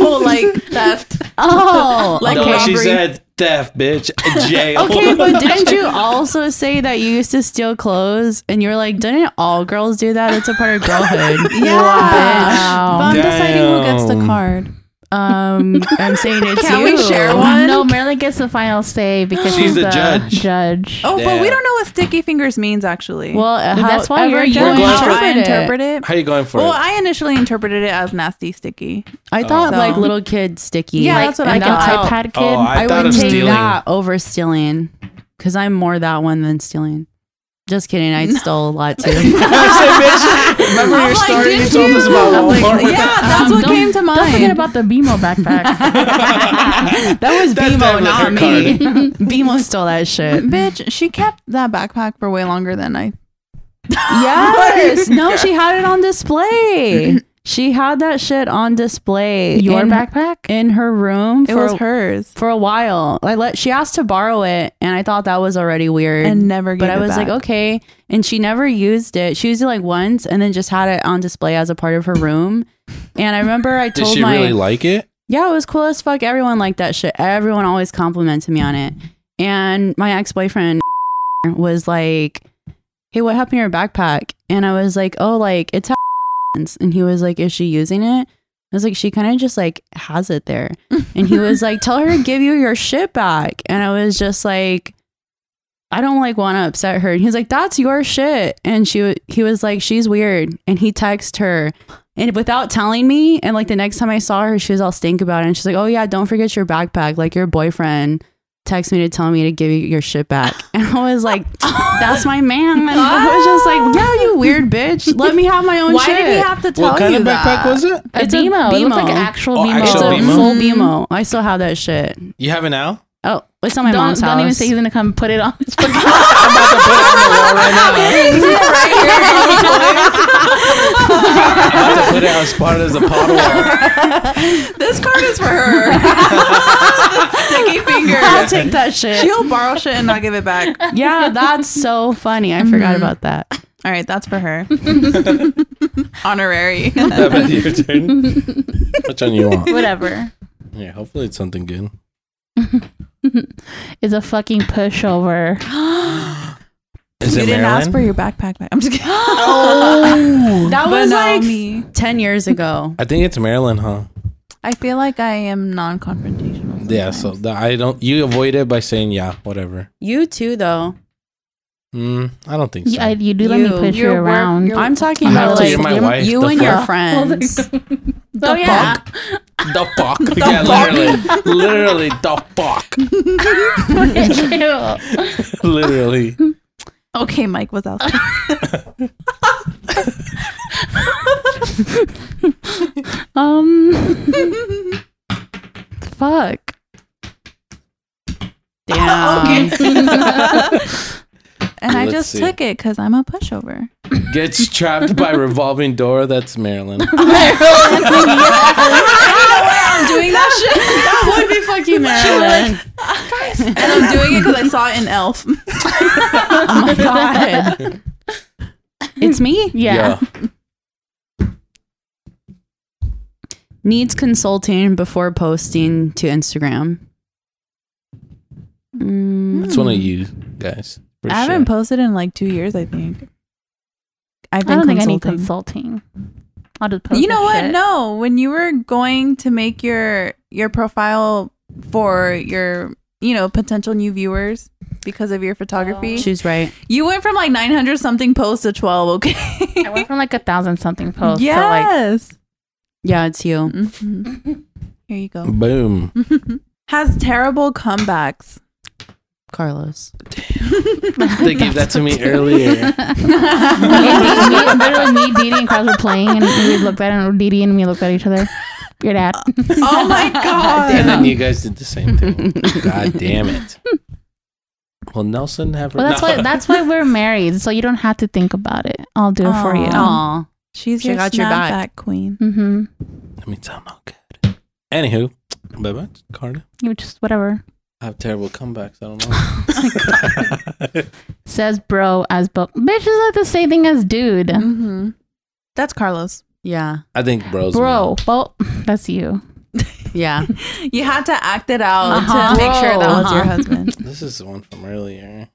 D: No, like theft.
C: Oh,
D: Like
B: no, she
D: robbery.
B: said theft, bitch. Jail.
C: Okay, but didn't you also say that you used to steal clothes? And you're like, didn't all girls do that? It's a part of girlhood.
D: Yeah. But
A: wow.
D: I'm deciding who gets the
B: Damn.
D: card.
C: Um, I'm saying it's
D: Can
C: you.
D: we share one?
A: No, Marilyn gets the final say because
B: She's
A: she's
B: the
A: the,
B: judge.
A: judge.
D: Oh, but we
B: Damn.
D: don't know what sticky fingers means actually.
C: Well, uh,
A: That's why
C: however
A: you're
C: you
A: judging.
B: We're
D: how I
C: interpret it.
D: interpret it.
B: How you going for
D: Well,
B: it?
D: I initially interpreted it as nasty sticky.
C: I thought
D: So-
C: like little kid sticky.
D: Yeah,
C: like,
D: that's what I
C: and
A: like an
D: thought.
C: how-
A: iPad kid.
B: oh, I,
C: I,
B: thought
C: would
B: of
C: take
B: stealing.
C: that over stealing because I'm more that one than stealing. Just kidding. I stole a lot too.
B: I said, bitch, remember
D: I'm
B: your
D: like,
B: story
D: did
B: you told us about
A: I'm like,
B: Walmart?
D: yeah, that's
A: Um,
D: what
A: don't-
D: came to mind.
A: Don't forget about the BMO backpack.
C: that was
B: That's
C: BMO,
B: definitely her
C: not me. BMO stole that shit.
D: Bitch, she kept that backpack for way longer than I.
C: Yes. no, she had it on display. She had that shit on display.
A: Your
C: in,
A: backpack?
C: in her room
D: It
C: for
D: was hers,
C: for a while. I let she asked to borrow it, and I thought that was already weird.
D: and never. Gave
C: but I
D: it
C: was like,
D: back.
C: okay. And she never used it. She used it like once, and then just had it on display as a part of her room. And I remember I
B: Did
C: told
B: she
C: my
B: really like it?
C: yeah, it was cool as fuck. Everyone liked that shit. Everyone always complimented me on it. And my ex boyfriend was like, Hey, what happened to your backpack? And I was like, Oh, like it's at and he was like, Is she using it? I was like, She kind of just like has it there. And he was like, Tell her to give you your shit back. And I was just like, I don't like want to upset her. And he's like, That's your shit. And she wa- he was like, She's weird. And he texted her and without telling me and like the next time i saw her she was all stink about it and she's like oh yeah don't forget your backpack like your boyfriend texted me to tell me to give you your shit back and i was like that's my man and i was just like yeah you weird bitch let me have my own
D: why
C: shit
D: did he have to tell
B: What kind
D: you
B: of backpack
D: that?
B: was it?
A: A
C: It's a
A: BMO. It looks like
C: BMO.
A: an actual
B: Oh,
A: BMO.
C: it's
B: actual
C: a
B: BMO?
C: full BMO. I still have that shit.
B: You have it now?
C: Oh, it's on my
A: don't,
C: mom's house.
A: don't even say he's gonna come put it on his
B: I'm about to put it on the wall right now. I'm about to put it as part of the pot wall.
D: This card is for her. Sticky
C: I'll
D: finger.
C: take that shit.
D: She'll borrow shit and not give it back.
C: yeah, that's so funny. I forgot
A: Mm-hmm.
C: about that.
D: All right, that's for her. Honorary.
B: Have it, your turn. Which one you want?
D: Whatever.
B: Yeah, hopefully it's something good.
A: is a fucking pushover.
B: Is
D: you
B: it
D: didn't ask for
B: Maryland?
D: your backpack back. I'm just kidding.
C: Oh.
A: Oh.
C: That
D: But
C: was
D: no,
C: like
D: me.
C: 10 years ago.
B: I think it's Maryland, huh?
D: I feel like I am non-confrontational.
B: Yeah,
D: sometimes.
B: so the, I don't. You avoid it by saying yeah, whatever.
C: You too, though.
B: Mm, I don't think so.
A: You, I, you do let me
C: You-
A: push you
D: your work-
A: around.
D: your-
C: I'm talking
B: I have
C: about
B: to,
C: like
B: you're my
C: you,
B: wife,
C: you
B: the
C: and your
B: fuck.
C: friends.
A: oh yeah.
B: the fuck? yeah, literally, literally the fuck,
A: Ew.
B: literally.
D: Okay, Mike was out.
A: Um. fuck.
C: Damn.
D: and I
B: Let's
D: just
B: see.
D: took it because I'm a pushover.
B: Gets trapped by revolving door. That's Maryland.
D: I'm doing that shit.
C: That would be fucking Maryland.
D: And I'm doing it because I saw it in Elf.
C: oh my god. it's me.
A: Yeah.
C: Needs consulting before posting to Instagram. Mm,
B: It's one of you guys. for
D: I
B: sure.
D: haven't posted in like two years, I think. I've
A: I
D: been
A: don't think I
D: consulting.
A: need consulting. I'll just post
D: you know
A: that
D: what?
A: shit.
D: No, when you were going to make your your profile for your you know potential new viewers because of your photography,
C: she's right.
D: you went from like 900 something posts to 12. Okay.
A: I went from like a thousand something posts to like
D: yes.
C: Yeah, it's you.
D: Mhm. Here you go.
B: Boom.
D: Has terrible comebacks.
C: Carlos.
B: They gave that to me earlier.
A: me, me, literally me, Didi, and Carlos were playing, and we looked at and Didi and me looked at each other. Your dad.
D: Oh my
B: And
D: god.
B: then you guys did the same thing. God damn it. Well, Nelson have.
A: Well, that's
B: No.
A: why that's why we're married, so you don't have to think about it. I'll do it for you.
D: Aw.
C: Aw.
D: She's
C: She
D: your
C: got your
D: snapback
C: back.
D: queen.
A: Mm-hmm.
B: That means I'm not good. Anywho, bye bye, Carter.
A: You just whatever
B: I have terrible comebacks. I don't know.
A: says bro as bo. Bitch is like the same thing as dude.
D: Mm-hmm. That's Carlos.
C: Yeah.
B: I think bros.
A: Bro, bo. That's you.
C: Yeah.
D: You had to act it out
C: Uh-huh.
D: to make sure that was your
C: Uh-huh.
D: husband.
B: This is the one from earlier.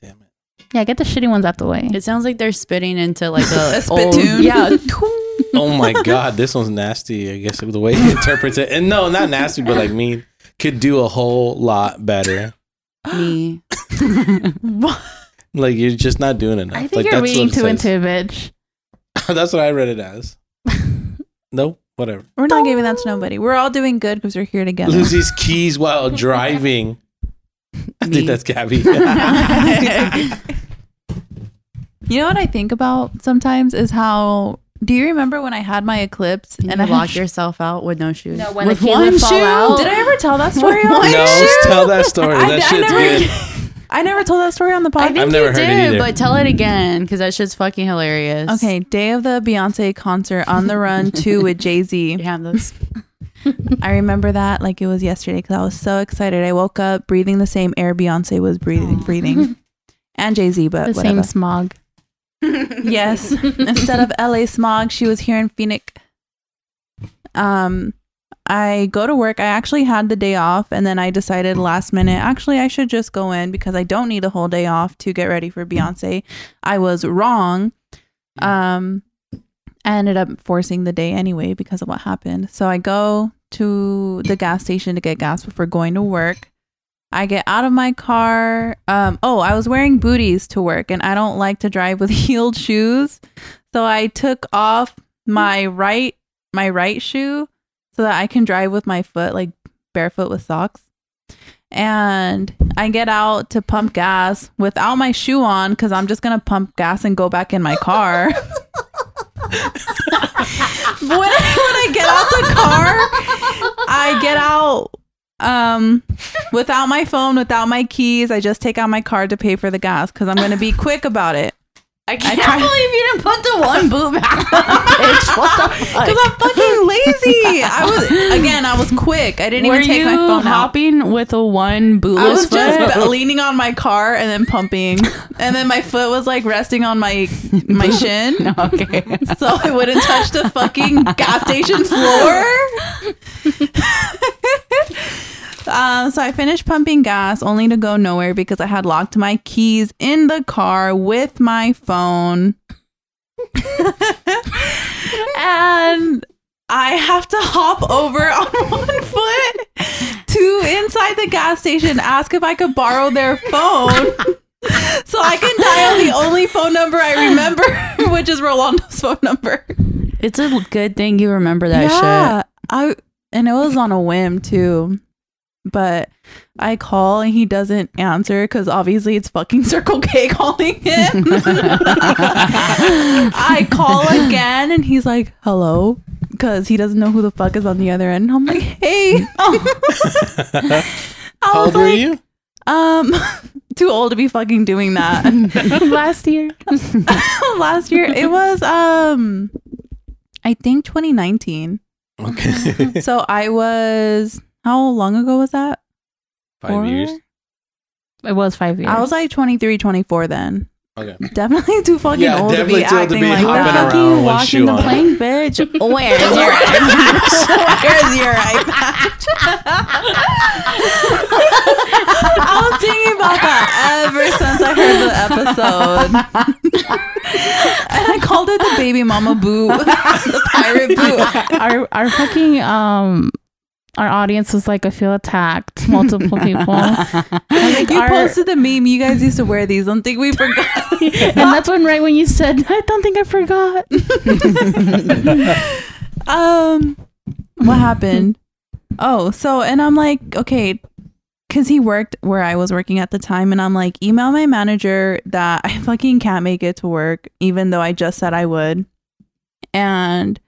B: Damn it.
A: Yeah, get the shitty ones out the way.
C: It sounds like they're spitting into like a,
D: A spittoon.
C: Old, yeah.
B: Oh my god, this one's nasty. I guess the way he interprets it, and no, not nasty, but like mean, could do a whole lot better.
C: Me.
B: Like you're just not doing enough.
A: I think
B: like
A: you're reading
B: what it
A: too into
B: says.
A: it, bitch.
B: that's what I read it as. nope. Whatever.
D: We're not giving that to nobody. We're all doing good because we're here together.
B: Lucy's keys while driving. I think that's Gabby.
D: You know what I think about sometimes is how. Do you remember when I had my eclipse
C: and
D: and I
C: you
D: had-
C: lock yourself out with no shoes.
A: No, when
C: with
A: the kid would fall out.
D: Did I ever tell that story?
C: With
D: on
C: one
D: the
B: no,
D: show?
B: tell that story.
D: I-
B: That
D: I
B: shit's
D: never-
B: good.
D: I never told that story on the
C: I
D: podcast.
C: think
B: I've never
C: you
B: heard it
C: did,
B: either.
C: but tell it again because that shit's fucking hilarious.
D: Okay, day of the Beyonce concert on the run two with Jay Z.
C: you have those.
D: I remember that like it was yesterday because I was so excited. I woke up breathing the same air Beyonce was breathing, breathing, and Jay Z, but
A: the same
D: whatever.
A: smog.
D: yes, instead of LA smog, she was here in Phoenix. Um, I go to work. I actually had the day off, and then I decided last minute, actually, I should just go in because I don't need a whole day off to get ready for Beyonce. I was wrong. Um, I ended up forcing the day anyway because of what happened. So I go to the gas station to get gas before going to work. I get out of my car. Um, oh, I was wearing booties to work, and I don't like to drive with heeled shoes. So I took off my right my right shoe so that I can drive with my foot like barefoot with socks. And I get out to pump gas without my shoe on because I'm just gonna pump gas and go back in my car. when, I, when I get out the car, I get out um without my phone, without my keys. I just take out my card to pay for the gas because I'm gonna be quick about it.
C: I can't
D: tried-
C: believe you didn't put the one boot back on, bitch. What the fuck?
D: Because I'm fucking lazy. I was again. I was quick. I didn't
C: Were
D: even take
C: you
D: my phone out.
C: hopping with a one
D: I
C: bootless
D: was
C: foot?
D: just leaning on my car and then pumping, and then my foot was like resting on my my shin,
C: okay.
D: so I wouldn't touch the fucking gas station floor. um, so I finished pumping gas, only to go nowhere because I had locked my keys in the car with my phone. and I have to hop over on one foot to inside the gas station, ask if I could borrow their phone. So I can dial the only phone number I remember, which is Rolando's phone number.
C: It's a good thing you remember that shit.
D: I and it was on a whim too. But I call and he doesn't answer because obviously it's fucking Circle K calling him. I call again and he's like, hello, because he doesn't know who the fuck is on the other end. And I'm like, hey.
B: How old were you?
D: Um, too old to be fucking doing that.
A: Last year,
D: Last year, it was, um, I think 2019.
B: Okay.
D: So I was, how long ago was that? Four?
B: Five years.
A: it was five years.
D: I was like 23, 24 then.
B: Okay.
D: Definitely too fucking
B: Yeah,
D: old to
B: definitely
D: be
B: too old to
D: acting
B: be
D: like
B: hopping
D: that.
B: around with one shoe
C: walking the
B: on.
C: plank, bitch. Where is your
D: Where's your iPad? I was thinking about that ever since I heard the episode. and I called it the baby mama boot, the pirate boot.
A: our our fucking um our audience was like I feel attacked multiple people like,
D: You
A: our-
D: posted the meme. You guys used to wear these. Don't think we forgot.
A: and that's when right when you said I don't think I forgot
D: um what happened oh so and i'm like okay because he worked where i was working at the time and i'm like email my manager that i fucking can't make it to work even though i just said i would and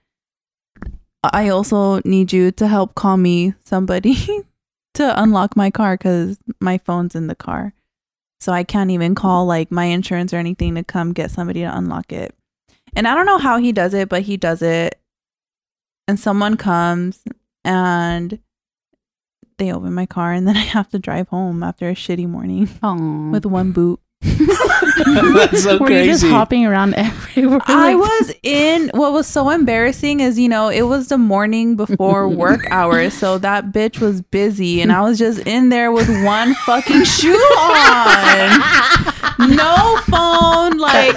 D: i also need you to help call me somebody to unlock my car because my phone's in the car so i can't even call like my insurance or anything to come get somebody to unlock it and i don't know how he does it but he does it and someone comes and they open my car and then I have to drive home after a shitty morning
C: Mm.
D: with one boot.
B: That's so
A: were you just
B: crazy.
A: hopping around everywhere
D: I
A: like,
D: was in what was so embarrassing is you know it was the morning before work hours so that bitch was busy and I was just in there with one fucking shoe on. No phone like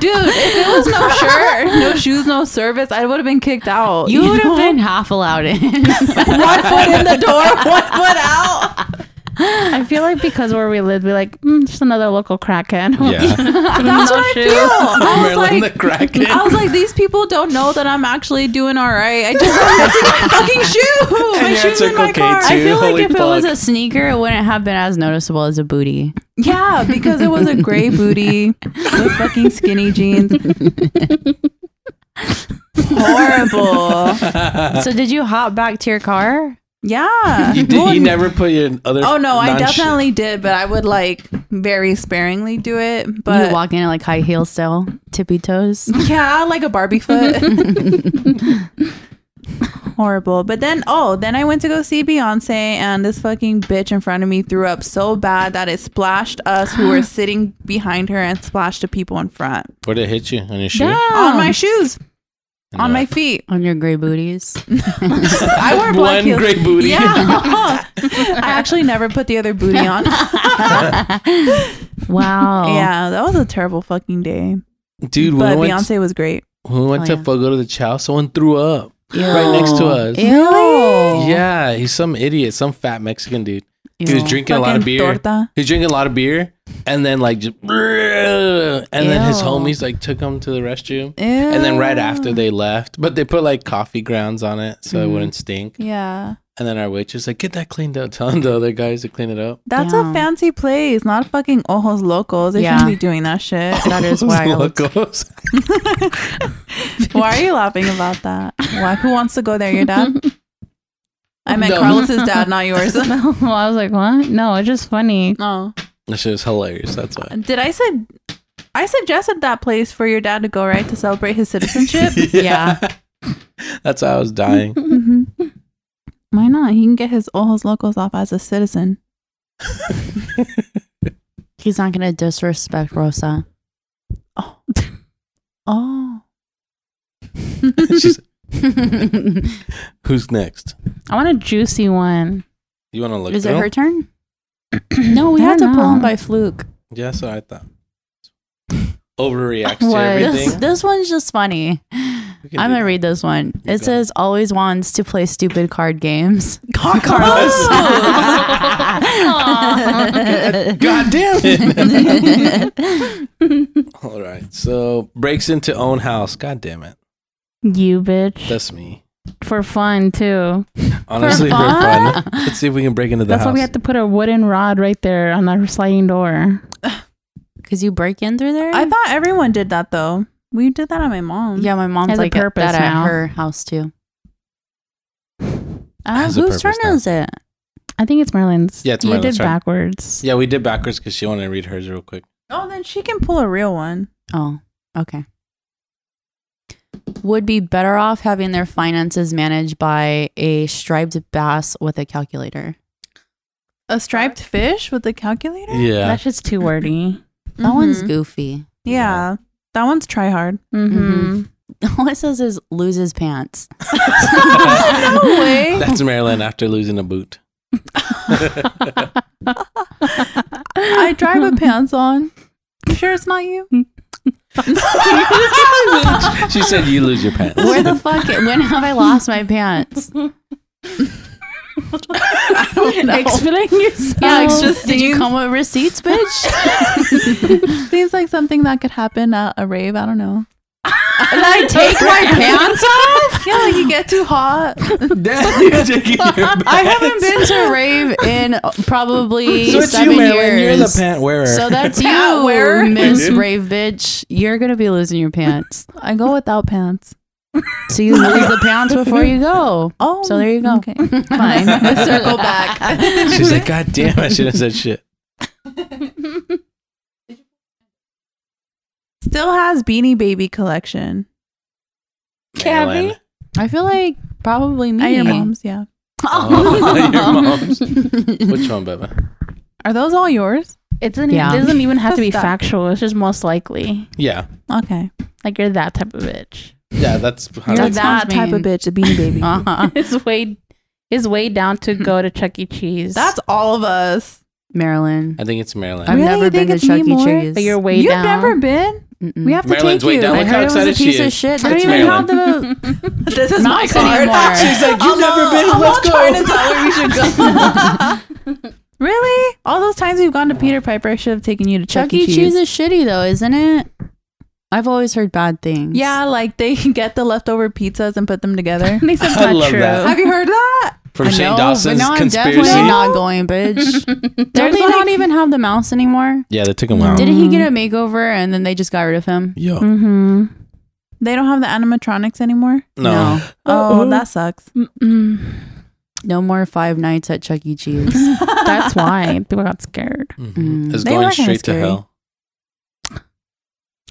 D: dude if it was no shirt, no shoes, no service, I would have been kicked out.
C: You would
D: know?
C: have been half allowed in.
D: one foot in the door, one foot out.
A: I feel like because where we live, we like mm, just another local crackhead.
B: Yeah.
D: That's what I feel. I was
B: Merlin
D: like,
B: the Kraken.
D: I was like, these people don't know that I'm actually doing all right. I just am missing my fucking shoe.
B: And
D: my
B: your
D: shoe's in
B: Circle
D: my
B: K
D: car.
B: too.
D: I-
C: I feel
B: Holy
C: like if it was
B: fuck.
C: a sneaker, it wouldn't have been as noticeable as a booty.
D: yeah, because it was a gray booty with fucking skinny jeans. Horrible.
C: so did you hop back to your car?
D: Yeah.
B: you, did,
D: Well,
B: you never put your other.
D: Oh no, I
B: non-shit-
D: definitely did, but I would like very sparingly do it. But
C: you walk in like high heels still, tippy toes.
D: Yeah, like a Barbie foot. Horrible. But then, oh, then I went to go see Beyonce, and this fucking bitch in front of me threw up so bad that it splashed us who were sitting behind her and splashed the people in front
B: Where'd it hit you on your shoe?
D: on my shoes, on my feet.
C: On your gray booties.
D: I wore black
B: one
D: heels.
B: great booty.
D: Yeah. I actually never put the other booty on.
C: Wow.
D: Yeah, that was a terrible fucking day.
B: Dude, when
D: But
B: we went,
D: Beyonce was great.
B: when we went
C: Oh,
B: to
C: yeah.
B: Fogo to the Chow, someone threw up right next to us.
D: Oh.
C: Ew.
B: Yeah, he's some idiot, some fat Mexican dude. He was
C: Ew.
B: drinking a lot of
D: Fucking
B: beer.
D: torta.
B: He's drinking a lot of beer, and then like, just, and then his
C: Ew.
B: homies like took him to the restroom, and then right after they left, but they put like coffee grounds on it so
C: Mm-hmm.
B: it wouldn't stink.
D: Yeah.
B: And then our waitress like, get that cleaned up. Tell the other guys to clean it up.
D: That's
C: Damn.
D: a fancy place, not fucking Ojos Locos. They
C: Yeah.
D: shouldn't be doing that shit.
C: That is
B: Those
C: wild.
B: locals.
D: Why are you laughing about that? Why? Who wants to go there? Your dad? I meant
B: No.
D: Carlos's dad, not yours.
A: No, I was like, what? No, it's just funny.
D: oh.
B: That shit is hilarious. That's why.
D: Did I said I suggested that place for your dad to go, right? To celebrate his citizenship?
C: Yeah.
B: That's how I was dying.
D: hmm
C: Mm-hmm.
D: Why not? He can get his Ojos Locos off as a citizen.
C: He's not gonna disrespect Rosa.
D: Oh. Oh.
B: She's-
C: Is
B: Who's next?
A: I want a juicy one.
B: You want to look?
C: it
B: through?
C: her turn? no, we
A: I
C: had to
A: don't
C: pull him
A: know.
C: by fluke.
B: Yeah, that's what I thought. Overreacts to
A: What?
B: everything.
C: This, this one's just funny.
B: We can
C: I'm
B: do
C: gonna
B: that.
C: read this one.
B: You
C: It
B: go.
C: says always wants to play stupid card games.
D: Carlos.
B: God damn it! All right, so breaks into own house. God damn it,
A: You bitch.
B: that's me.
A: for fun too.
B: Honestly, for fun. Let's see if we can break into the
A: That's
B: house.
A: why we had to put a wooden rod right there on our sliding door.
C: Cause you break in through there.
D: I thought everyone did that though. We did that on my mom.
C: yeah, my mom's
A: Has a
C: like at-
A: purpose
C: that
A: now.
C: at her house too. Uh,
B: Has a
C: whose turn
B: purpose now.
C: is it?
A: I think it's Merlin's.
B: Yeah, it's
A: you
B: Merlin's,
A: did
B: right?
A: backwards.
B: yeah, we did backwards because she wanted to read hers real quick.
D: Oh, then she can pull a real one.
C: Oh, okay. Would be better off having their finances managed by a striped bass with a calculator.
D: A striped fish with a calculator?
B: Yeah,
A: That shit's too wordy.
C: That one's
D: Mhm.
C: goofy.
D: Yeah. That one's try hard.
A: Mm-hmm.
C: All it says is loses pants.
D: No way.
B: that's Marilyn after losing a boot.
D: I drive with pants on. You sure it's not you?
B: she said, "You lose your pants."
C: Where the fuck? When have I lost my pants?
A: Explain yourself.
C: Yeah,
D: it's
C: it's
D: just
C: just did you
D: seems-
C: come with receipts, bitch?
D: Seems like something that could happen at a rave. I don't know.
C: Did I take my pants off?
D: Yeah, like you get too hot.
B: Damn, you're taking your
C: I
B: pants.
C: haven't been to a rave in uh, probably
B: So it's
C: seven
B: you, Marilyn.
C: years.
B: You're the pant wearer.
C: So that's
D: Pat,
C: you,
D: where-
C: Miss
B: Mhm.
C: Rave Bitch. You're gonna be losing your pants.
D: I go without pants.
C: So you lose the pounds before you go.
D: Oh,
C: So there you go.
D: Okay, fine. Let's circle back.
B: She's like, God damn, I should have said shit.
D: Still has Beanie Baby collection.
A: Cabby?
B: Marilyn.
C: I feel like probably me.
D: At your mom's, yeah.
B: Oh, your mom's. Which one, Beba?
D: Are those all yours?
A: It doesn't,
C: Yeah.
A: it doesn't even have to be
D: Stop.
A: factual. It's just most likely.
B: Yeah.
D: Okay,
A: Like you're that type of bitch.
B: Yeah, that's how
D: you're
C: You're
B: that's
D: that
C: that
D: type
C: mean.
D: of bitch, a Beanie Baby.
C: Uh-huh.
A: It's way is way down to go to Chuck E. Cheese.
D: all of us.
C: Marilyn.
B: I think it's Maryland.
C: I've
D: Really?
C: never
D: You
C: been
D: think
C: to
D: it's
C: Chuck
D: me
C: E.
D: more?
C: Cheese.
A: but you're way
D: You've
A: down.
D: never been.
C: Mm-mm.
D: We have to
B: Marilyn's
D: take
B: way
D: you.
B: down.
C: I
B: Look
C: heard
B: how
C: it was a
B: excited she
C: piece of
B: is.
C: shit. They
B: That's
C: don't even have the
D: This is
C: mouse anymore.
B: She's like, you've never been.
D: I'm
B: Let's
D: not trying
B: go.
D: to tell where we should go. Really? All those times we've gone to Peter Piper, I should have taken you to Chuck,
C: Chuck E. Cheese is shitty though, isn't it? I've always heard bad things.
D: Yeah, like they get the leftover pizzas and put them together.
A: Makes it
B: I
A: not
B: love
A: true.
B: that.
D: Have you heard that?
B: From
C: I
B: Shane
C: know,
B: Dawson's
C: but no, I'm
B: conspiracy.
C: definitely not going, bitch. Don't
D: There's
C: they not
D: like-
C: even have the mouse anymore?
B: Yeah, they took him out.
C: Didn't he get a makeover and then they just got rid of him?
B: Yo,
A: Mm-hmm.
D: They don't have the animatronics anymore.
B: no.
D: Oh,
A: Uh-oh.
D: that sucks.
A: Mm-mm.
C: No more Five Nights at Chuck E. Cheese.
A: That's why people got scared.
C: Mm-hmm.
B: Mhm. It's
D: They
B: going
D: were kinda
B: straight to
D: scary.
B: hell.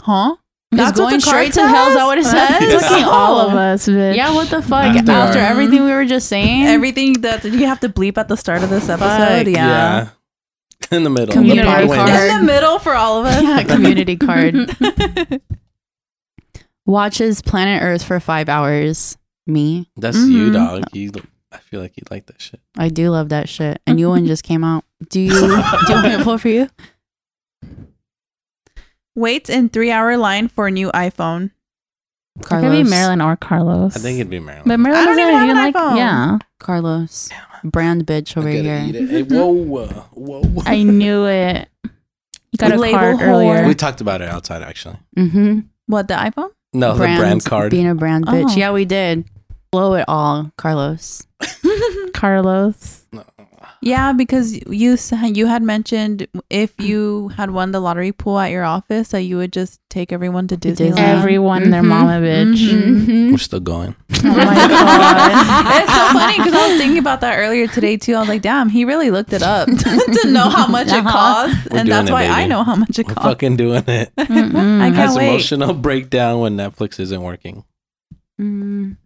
D: Huh?
C: It's
D: That's what
C: going
D: the card
C: straight to hell. Is that what it
D: says?
C: says?
A: Fucking all of us, bitch.
C: Yeah, what the fuck?
B: After
C: After,
B: our-
C: everything we were just saying,
D: Everything that you have to bleep at the start of this episode.
C: Fuck.
D: Yeah.
B: In the middle.
C: Community
B: Nobody wins.
C: card.
D: In the middle for all of us.
C: yeah, community
A: Mm-hmm.
C: card watches Planet Earth for five hours. Me,
B: That's you,
C: Mm-hmm.
D: Mhm.
B: dog. You, I feel like you like that shit.
C: I do love that shit. A new one just came out. Do you? Do you want me to pull for you?
D: Wait in three hour line for a new iPhone.
A: It could be Marilyn or Carlos.
B: I think it'd be Marilyn.
A: But Marilyn
D: I don't
A: doesn't
D: even have
A: even
D: an
A: like.
D: iPhone.
A: Yeah,
C: Carlos, brand bitch over here. Mm-hmm.
B: Hey, whoa, uh, whoa. whoa.
A: I knew it. You got a
D: Label
A: card
D: whore.
B: we
A: earlier.
B: talked about it outside, actually.
C: Mm-hmm.
D: What, the iPhone?
B: No, Oh, the brand card.
C: Being a brand bitch.
D: Oh.
C: Yeah, we did. Blow it all, Carlos.
A: Carlos.
B: No.
D: Yeah, because you s- you had mentioned if you had won the lottery pool at your office that you would just take everyone to Disneyland.
C: Yeah. Mm-hmm.
A: Everyone, their
C: Mhm.
A: mama, bitch. Mm-hmm.
B: We're still going.
A: Oh my god.
D: it's so funny because I was thinking about that earlier today too. I was like, "Damn, he really looked it up to know how much it
C: Uh-huh.
D: cost,"
B: We're doing
D: and that's
B: it,
D: why I
B: baby.
D: know how much it
B: We're
D: cost.
B: fucking doing it.
A: Mm-mm.
D: I
B: That's
D: can't wait.
B: emotional breakdown when Netflix isn't working.
C: Mm,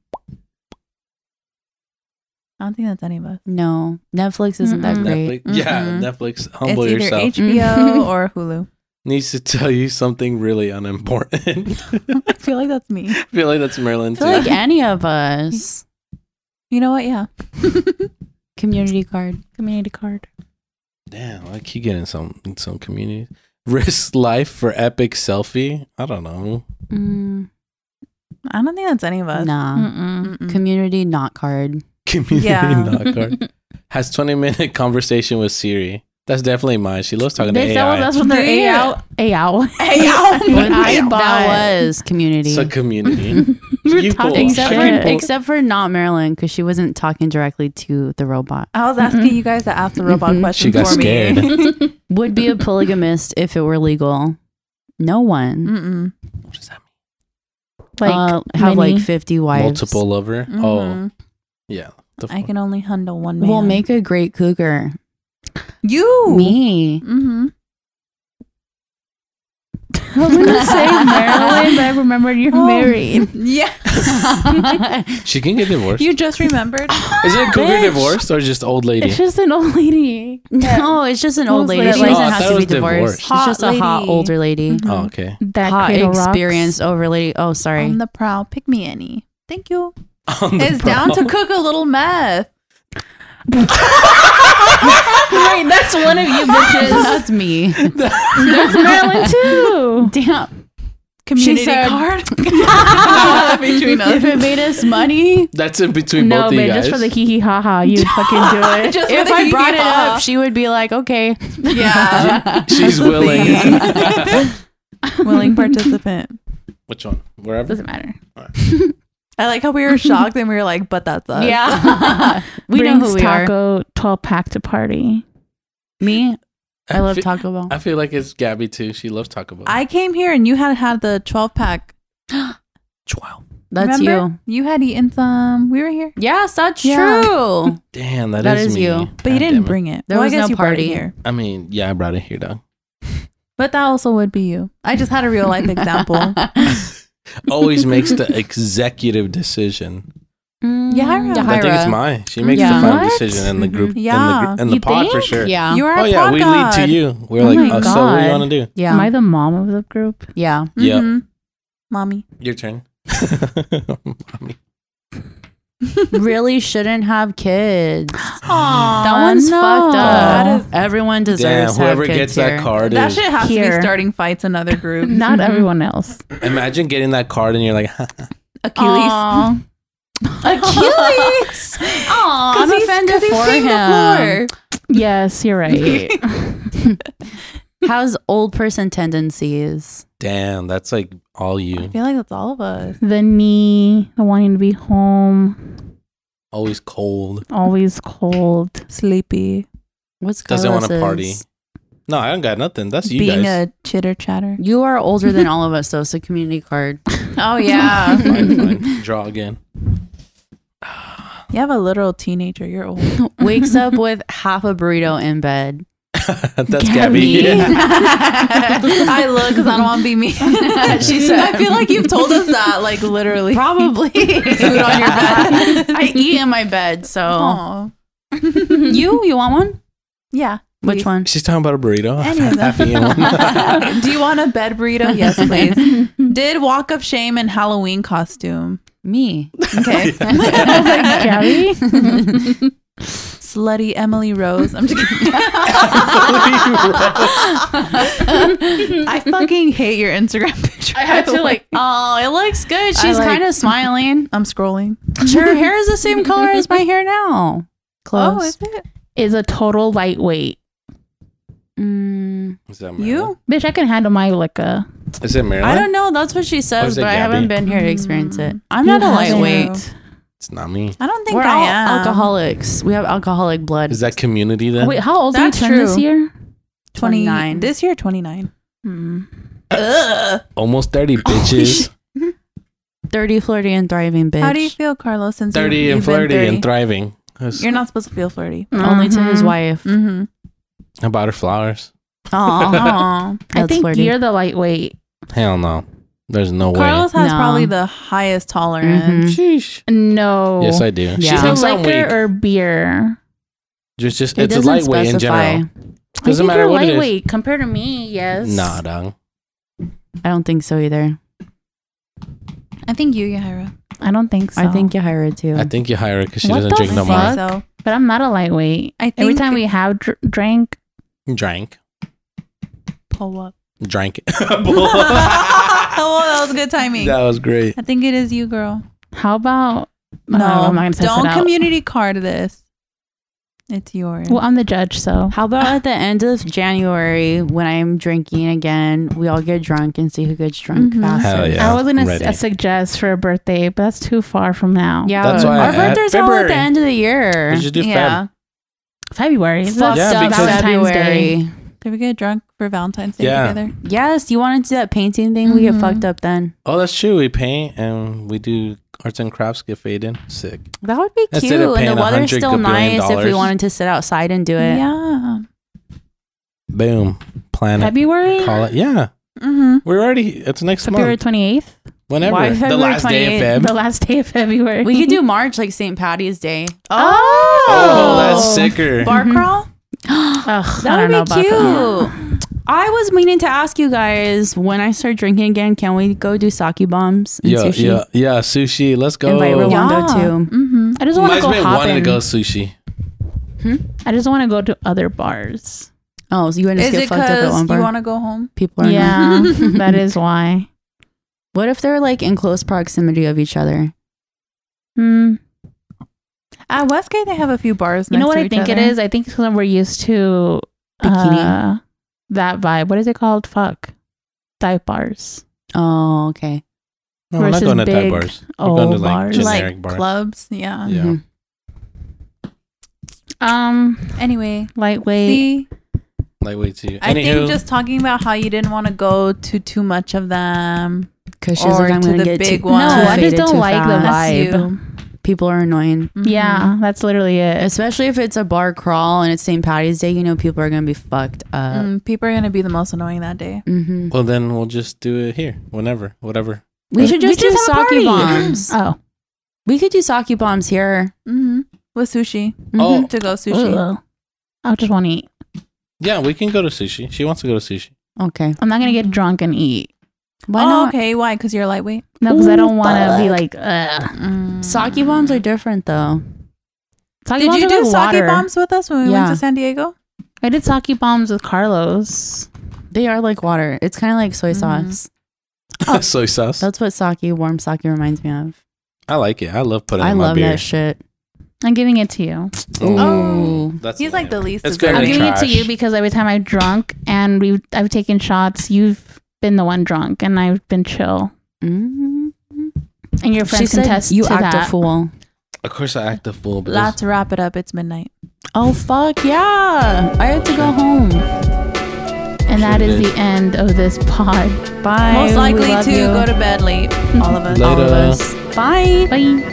D: I don't think that's any of us.
C: no, Netflix isn't that
D: Mm-mm.
C: great.
B: Netflix, yeah,
C: Mm-hmm.
D: Mhm.
B: Netflix, humble
D: it's either
B: yourself.
D: HBO or Hulu.
B: Needs to tell you something really unimportant. I
D: I feel like that's me.
B: feel like that's Marilyn
C: I
B: too.
C: feel like any of us.
D: You know what? Yeah.
C: Community card.
A: Community card.
B: Damn, I keep getting some in some communities. Risk life for epic selfie. I don't know.
C: Mm,
D: I don't think that's any of us.
C: nah.
A: Mm-mm.
D: Mm-mm.
C: Community not card.
B: Community
D: Yeah.
B: knock card. Has twenty minute conversation with Siri. That's definitely mine. She loves talking to
A: Bitch, that was,
B: AI.
A: that's what they're
D: Yeah.
A: a out. A out.
D: Hey, oh
A: What
D: my
A: I
D: God.
A: bought.
C: That was community.
B: it's a community.
A: We were
B: You
A: talking
B: pull.
C: except
A: shit.
C: for except for not Marilyn because she wasn't talking directly to the robot.
D: I was asking you guys to ask the robot
C: Mhm.
D: question
B: Mm-hmm. she got
D: for
B: scared.
D: me.
C: Would be a polygamist if it were legal. No one.
D: Mm-mm.
B: What does that mean?
A: like
C: Uh, have
A: many-
C: like fifty wives.
B: Multiple lover. Oh
D: Mhm.
B: yeah. The
D: I
B: fuck?
D: can only handle one man.
C: We'll make a great cougar.
D: you
C: Me.
D: Mm-hmm.
A: I was gonna say Marilyn, but I remembered you're
D: Oh.
A: married.
D: Yeah,
B: she can get divorced.
D: you just remembered.
B: Is it cougar
A: bitch.
B: divorced or just old lady?
A: It's just an old lady.
C: no, it's just an old
A: Mostly
C: lady. She
A: like-
B: Oh, I
C: doesn't have
B: thought
C: to
B: it
C: be
B: was
C: divorced.
B: divorced.
C: She's
D: Hot
C: just a hot
D: lady.
C: older lady.
D: Mhm.
B: oh, okay.
A: That
C: Hot
A: cradle rocks.
C: experienced over lady. Oh, sorry.
D: On the prowl, pick me any. Thank you.
B: On the
D: Is down to
B: prowl.
D: cook a little meth.
A: Right, that's one of you bitches.
C: That's me.
A: There's Marilyn too.
C: Damn.
D: Community
C: said-
D: card. Between
C: if
D: us.
C: it made us money,
B: That's in between
A: no,
B: both of you
A: but
B: guys.
A: just for the hee hee ha ha, you'd fucking do it.
D: Just
C: if
D: for the
C: I brought it
D: hee-haw.
C: up, she would be like, okay.
D: yeah,
B: She's willing.
D: willing participant.
B: Which one? Wherever.
A: Doesn't matter.
D: I like how we were shocked and we were like, "But that's us."
C: Yeah. we
A: Brings
C: know who we are.
A: taco twelve pack to party.
C: Me, I love
B: fe-
C: Taco Bell.
B: I feel like it's Gabby too. She loves Taco Bell.
D: I came here and you had had the twelve pack.
B: Wow.
C: That's
D: Remember? you. You had eaten some. We were here,
C: you. Yes, that's
D: Yeah.
C: true.
B: Damn,
C: That
B: is,
C: is
B: me.
C: you.
D: but
B: God
D: you didn't
B: damn it.
D: bring it.
C: There
D: well,
C: was
D: I guess
C: no
D: you brought it
C: party.
D: here.
B: I mean, yeah, I brought it here, dog.
D: But that also would be you. I just had a real life example.
B: Always makes the executive decision.
C: Mm,
D: Yeah,
B: I think it's
C: Yahaira.
B: mine. She makes
C: Yeah.
B: the final
A: What?
B: decision in the group. in the
D: Yeah.
B: gr- in the,
A: You
B: pod for
A: think?
B: sure.
C: Yeah.
D: You are.
B: Oh
D: a
B: yeah,
D: prop
B: we lead
D: god.
B: to you. We're
A: Oh
B: like,
A: my
B: uh, so what do you
A: God.
B: want to do?
A: Am
C: yeah.
A: I the mom of the group?
C: yeah.
B: Yeah.
D: Mhm. mommy.
B: Your turn. Mommy.
C: really shouldn't have kids.
D: Aww,
C: That one's fucked up.
D: That, is,
C: Everyone deserves
B: Damn,
C: to
B: whoever
C: have
B: gets
C: kids here.
B: that card
D: that
B: is.
D: shit has to
A: Here.
D: be starting fights in other groups.
A: Not
C: Mhm.
A: everyone else.
B: Imagine getting that card and you're like,
D: Achilles.
A: Aw.
C: Achilles. Aw, I'm
D: he's-
C: offended
D: 'cause he's
C: for
D: seen
C: him.
D: before.
A: yes, you're right.
C: How's old person tendencies?
B: Damn, that's like all
D: I
B: you.
D: feel like that's all of us.
A: the knee, the wanting to be home,
B: Always cold.
A: always cold.
D: Sleepy.
C: What's
B: Doesn't wanna
C: Carlos's?
B: party. No, I don't got nothing. That's you
D: Being
B: guys.
D: a chitter chatter.
C: You are older than all of us, though. So community card.
D: Oh yeah.
B: fine, fine. Draw again.
D: you have a literal teenager. You're old.
C: Wakes up with half a burrito in bed.
B: that's Gabby.
A: Gabby.
B: Yeah.
D: I look because I don't want to be me.
C: She
D: she
C: said-
D: said, I feel like you've told us that, like literally.
C: Probably food on your bed. I eat in my bed. So
D: Aw.
C: you, you want one?
D: Yeah.
C: Which one?
B: She's talking about a burrito.
D: Any of them.
B: Happy in one.
D: Do you want a bed burrito? Yes, please. Did walk of shame in Halloween costume.
C: Me.
D: Okay.
A: I was like, Gabby?
D: Slutty Emily Rose. I'm just kidding. I fucking hate your Instagram picture.
A: I had to like,
C: Oh, it looks good. She's
D: like-
C: kind of smiling.
D: I'm scrolling.
C: Her hair is the same color as my hair
D: Oh,
C: now. Close.
D: it?
A: is a total lightweight.
C: Mm,
B: Is that Marilyn?
D: You?
A: Bitch, I can handle my liquor.
B: Is it Marilyn?
C: I don't know. That's what she says,
B: is it
C: but I
B: Gabby?
C: haven't been here to experience it.
D: Mm-hmm.
C: I'm
A: You
C: not a
A: haven't.
C: lightweight.
B: It's not me.
D: I don't think
C: We're
D: I
C: all
D: am.
C: alcoholics. We have alcoholic blood.
B: Is that community then?
A: Wait, how old are you
D: That's
A: turn this
D: true.
A: year?
D: 20,
C: 29.
D: This year, 29.
A: Hmm.
D: Ugh.
B: Almost 30
A: Oh,
B: bitches.
C: Dirty, flirty, and thriving bitch.
D: How do you feel, Carlos, since
B: 30
D: you've,
B: and
D: you've been
B: flirty
D: 30?
B: and thriving.
D: You're not supposed to feel flirty.
C: Only to his
A: Mhm.
C: wife.
D: Mm-hmm.
B: I bought her flowers.
C: Aw,
D: Aww.
A: I
C: that's
A: think
C: flirty.
A: you're the lightweight.
B: Hell no. There's no
D: Carlos has
C: No.
D: probably the highest tolerance.
A: Mm-hmm.
B: way.
C: Mhm.
B: Sheesh.
A: No.
B: Yes, I do. She
C: Yeah.
A: so
B: thinks I'm
A: liquor
B: weak.
A: or beer?
B: Just, just,
C: It
B: it's a
C: doesn't
B: lightweight in general.
A: I
B: Doesn't
A: think
B: matter
A: you're
B: what it is.
A: lightweight compared to me. Yes.
B: Nah, dog.
C: I don't think so either.
D: I think you, Yahira.
A: I don't think so.
C: I think Yahira too.
B: I think you hire her because she
A: What
B: doesn't
A: the
B: drink no
A: fuck?
B: more.
D: So
A: but I'm not a lightweight.
D: I think
A: Every time we have dr- drank,
B: Drank.
D: pull up.
B: Drank.
D: oh, that was good timing.
B: that was great.
D: I think it is you, girl.
A: how about
D: No,
A: I'm not gonna test
D: don't
A: it out.
D: community card this. It's yours.
A: Well, I'm the judge, so
C: How about at the end of January when I'm drinking again, we all get drunk and see who gets drunk
D: Mhm.
C: faster.
B: Hell yeah.
A: I was gonna
B: I'm
A: s-
B: ready.
A: uh, suggest for a birthday, but that's too far from now.
C: Yeah,
B: That's why
C: our
B: I-
C: birthdays are all at
B: February.
C: the end of the year.
B: We should do
D: yeah.
B: Feb.
A: February.
C: Fucked
B: Yeah,
C: up
B: because-
A: Valentine's Day.
C: February.
D: Did we get drunk for Valentine's Day
B: Yeah.
D: together?
C: Yes, you wanted to do that painting thing. We get
D: Mhm.
C: fucked up then.
B: Oh, that's true. We paint and we do arts and crafts, get faded. Sick.
C: That would be
B: Instead
C: cute.
B: of
C: And the
B: paying
C: weather's
B: 100
C: still
B: billion
C: nice if we
B: dollars.
C: wanted to sit outside and do it.
D: Yeah.
B: Boom. Planet.
A: February.
B: Call it. Yeah.
D: Mm-hmm.
B: We're already. It's next
A: February
B: month.
A: twenty eighth,
B: Whenever.
C: Why
B: the
C: February
B: last day of
C: 28th?
B: Feb.
A: the last day of February.
C: We could do March like St. Patty's Day. Mm-hmm.
D: Oh,
B: Oh, that's sicker.
D: Bar crawl?
A: Ugh, I
C: That
A: don't know
C: would be
A: about that.
C: cute. I was meaning to ask you guys when I start drinking again, can we go do sake bombs and
B: yeah,
C: sushi?
B: yeah, Oh. yeah. Sushi. Let's go.
A: Invite Roland.
C: Rwanda too.
D: Mm-hmm.
A: I just want
B: My
A: to go
B: husband wanted to
A: hopping.
B: go sushi.
A: I just want to go to other bars.
C: Oh, so you want to
D: Is
C: get
D: it
C: fucked up at
D: because
C: one
D: you
C: bar?
D: want to go home?
C: People are yeah.
A: yeah, that is why.
C: What if they're like in close proximity of each other?
A: Hmm.
D: At Westgate, they have a few bars.
A: You know what
D: next to
A: I
D: each
A: think it
D: other.
A: is? I think it's 'cause we're used to
C: Bikini?
A: uh, that vibe. What is it called? Fuck, dive bars.
C: Oh, okay.
B: No, we're not
A: Versus
B: going to dive
A: big
B: bars. We're going to
A: old
B: like
A: bars.
B: generic
D: like
B: bars.
D: clubs. Yeah.
B: Yeah.
C: Mhm.
A: Um,
D: Anyway,
A: lightweight.
D: see,
B: Lightweight too.
D: I
B: Anywho,
D: think just talking about how you didn't want to go to too much of them.
C: Because she's like,
D: Or
C: I'm
D: to
C: going
D: the
C: get
D: big
C: too,
D: one.
A: No, I just
C: faded
A: don't
C: too
A: like the
C: fast.
D: That's
A: vibe.
C: People are annoying.
D: Mhm.
A: Yeah, that's literally it.
C: Especially if it's a bar crawl and it's St. Patty's Day, you know, people are going to be fucked up.
B: Uh,
D: Mm, people are gonna be the most annoying that day.
C: hmm
B: well, then we'll just do it here, whenever, whatever.
C: We
B: We
C: should just
A: We
C: do
A: just have a party.
C: sake bombs.
A: Oh,
C: we could do sake bombs here.
D: Mm-hmm. With sushi, Mm-hmm.
B: Oh.
D: to go sushi.
A: Ugh. I just want to eat.
B: Yeah, we can go to sushi. She wants to go to sushi.
C: Mhm. Okay.
A: I'm not gonna get drunk and eat.
C: Why
D: oh,
C: not?
D: okay. Why? Because you're lightweight.
A: No, because I
C: Ooh,
A: don't want to be
C: fuck.
A: like. Ugh.
D: Mm.
C: Sake bombs are different though.
A: Sake
D: Did
A: bombs
D: you
A: are
D: do
A: with
D: sake
A: water.
D: bombs with us when we
C: Yeah.
D: went to San Diego?
A: I did sake bombs with Carlos.
C: They are like water. It's kind of like soy
D: Mhm.
C: sauce.
B: Soy sauce.
C: That's what sake, warm sake reminds me of.
B: I like it. I love putting it
C: I
B: in my
C: love
B: beer. Mm.
C: that Oh. shit.
A: I'm giving it to you.
C: Ooh.
B: That's
D: He's like the
B: lame.
D: least.
B: It's
D: deserving.
A: I'm
B: Very
A: giving it to
B: trash.
A: you because every time I've drunk and we I've taken shots, you've been the one drunk and I've been chill.
C: Mm.
A: And your
C: She
A: friends
C: said
A: contest
C: you
A: to
C: act
A: that.
C: a fool.
B: Of course, I act a fool, but
D: Lot to wrap it up. It's midnight.
C: Oh fuck yeah! I have to go home.
A: And that
B: Sure
A: is
B: did.
A: the end of this pod.
C: Bye.
D: Most
C: We
D: likely
C: love
D: to
C: you.
D: go to bed late. All of us.
B: Later.
C: All of us. Bye.
A: Bye.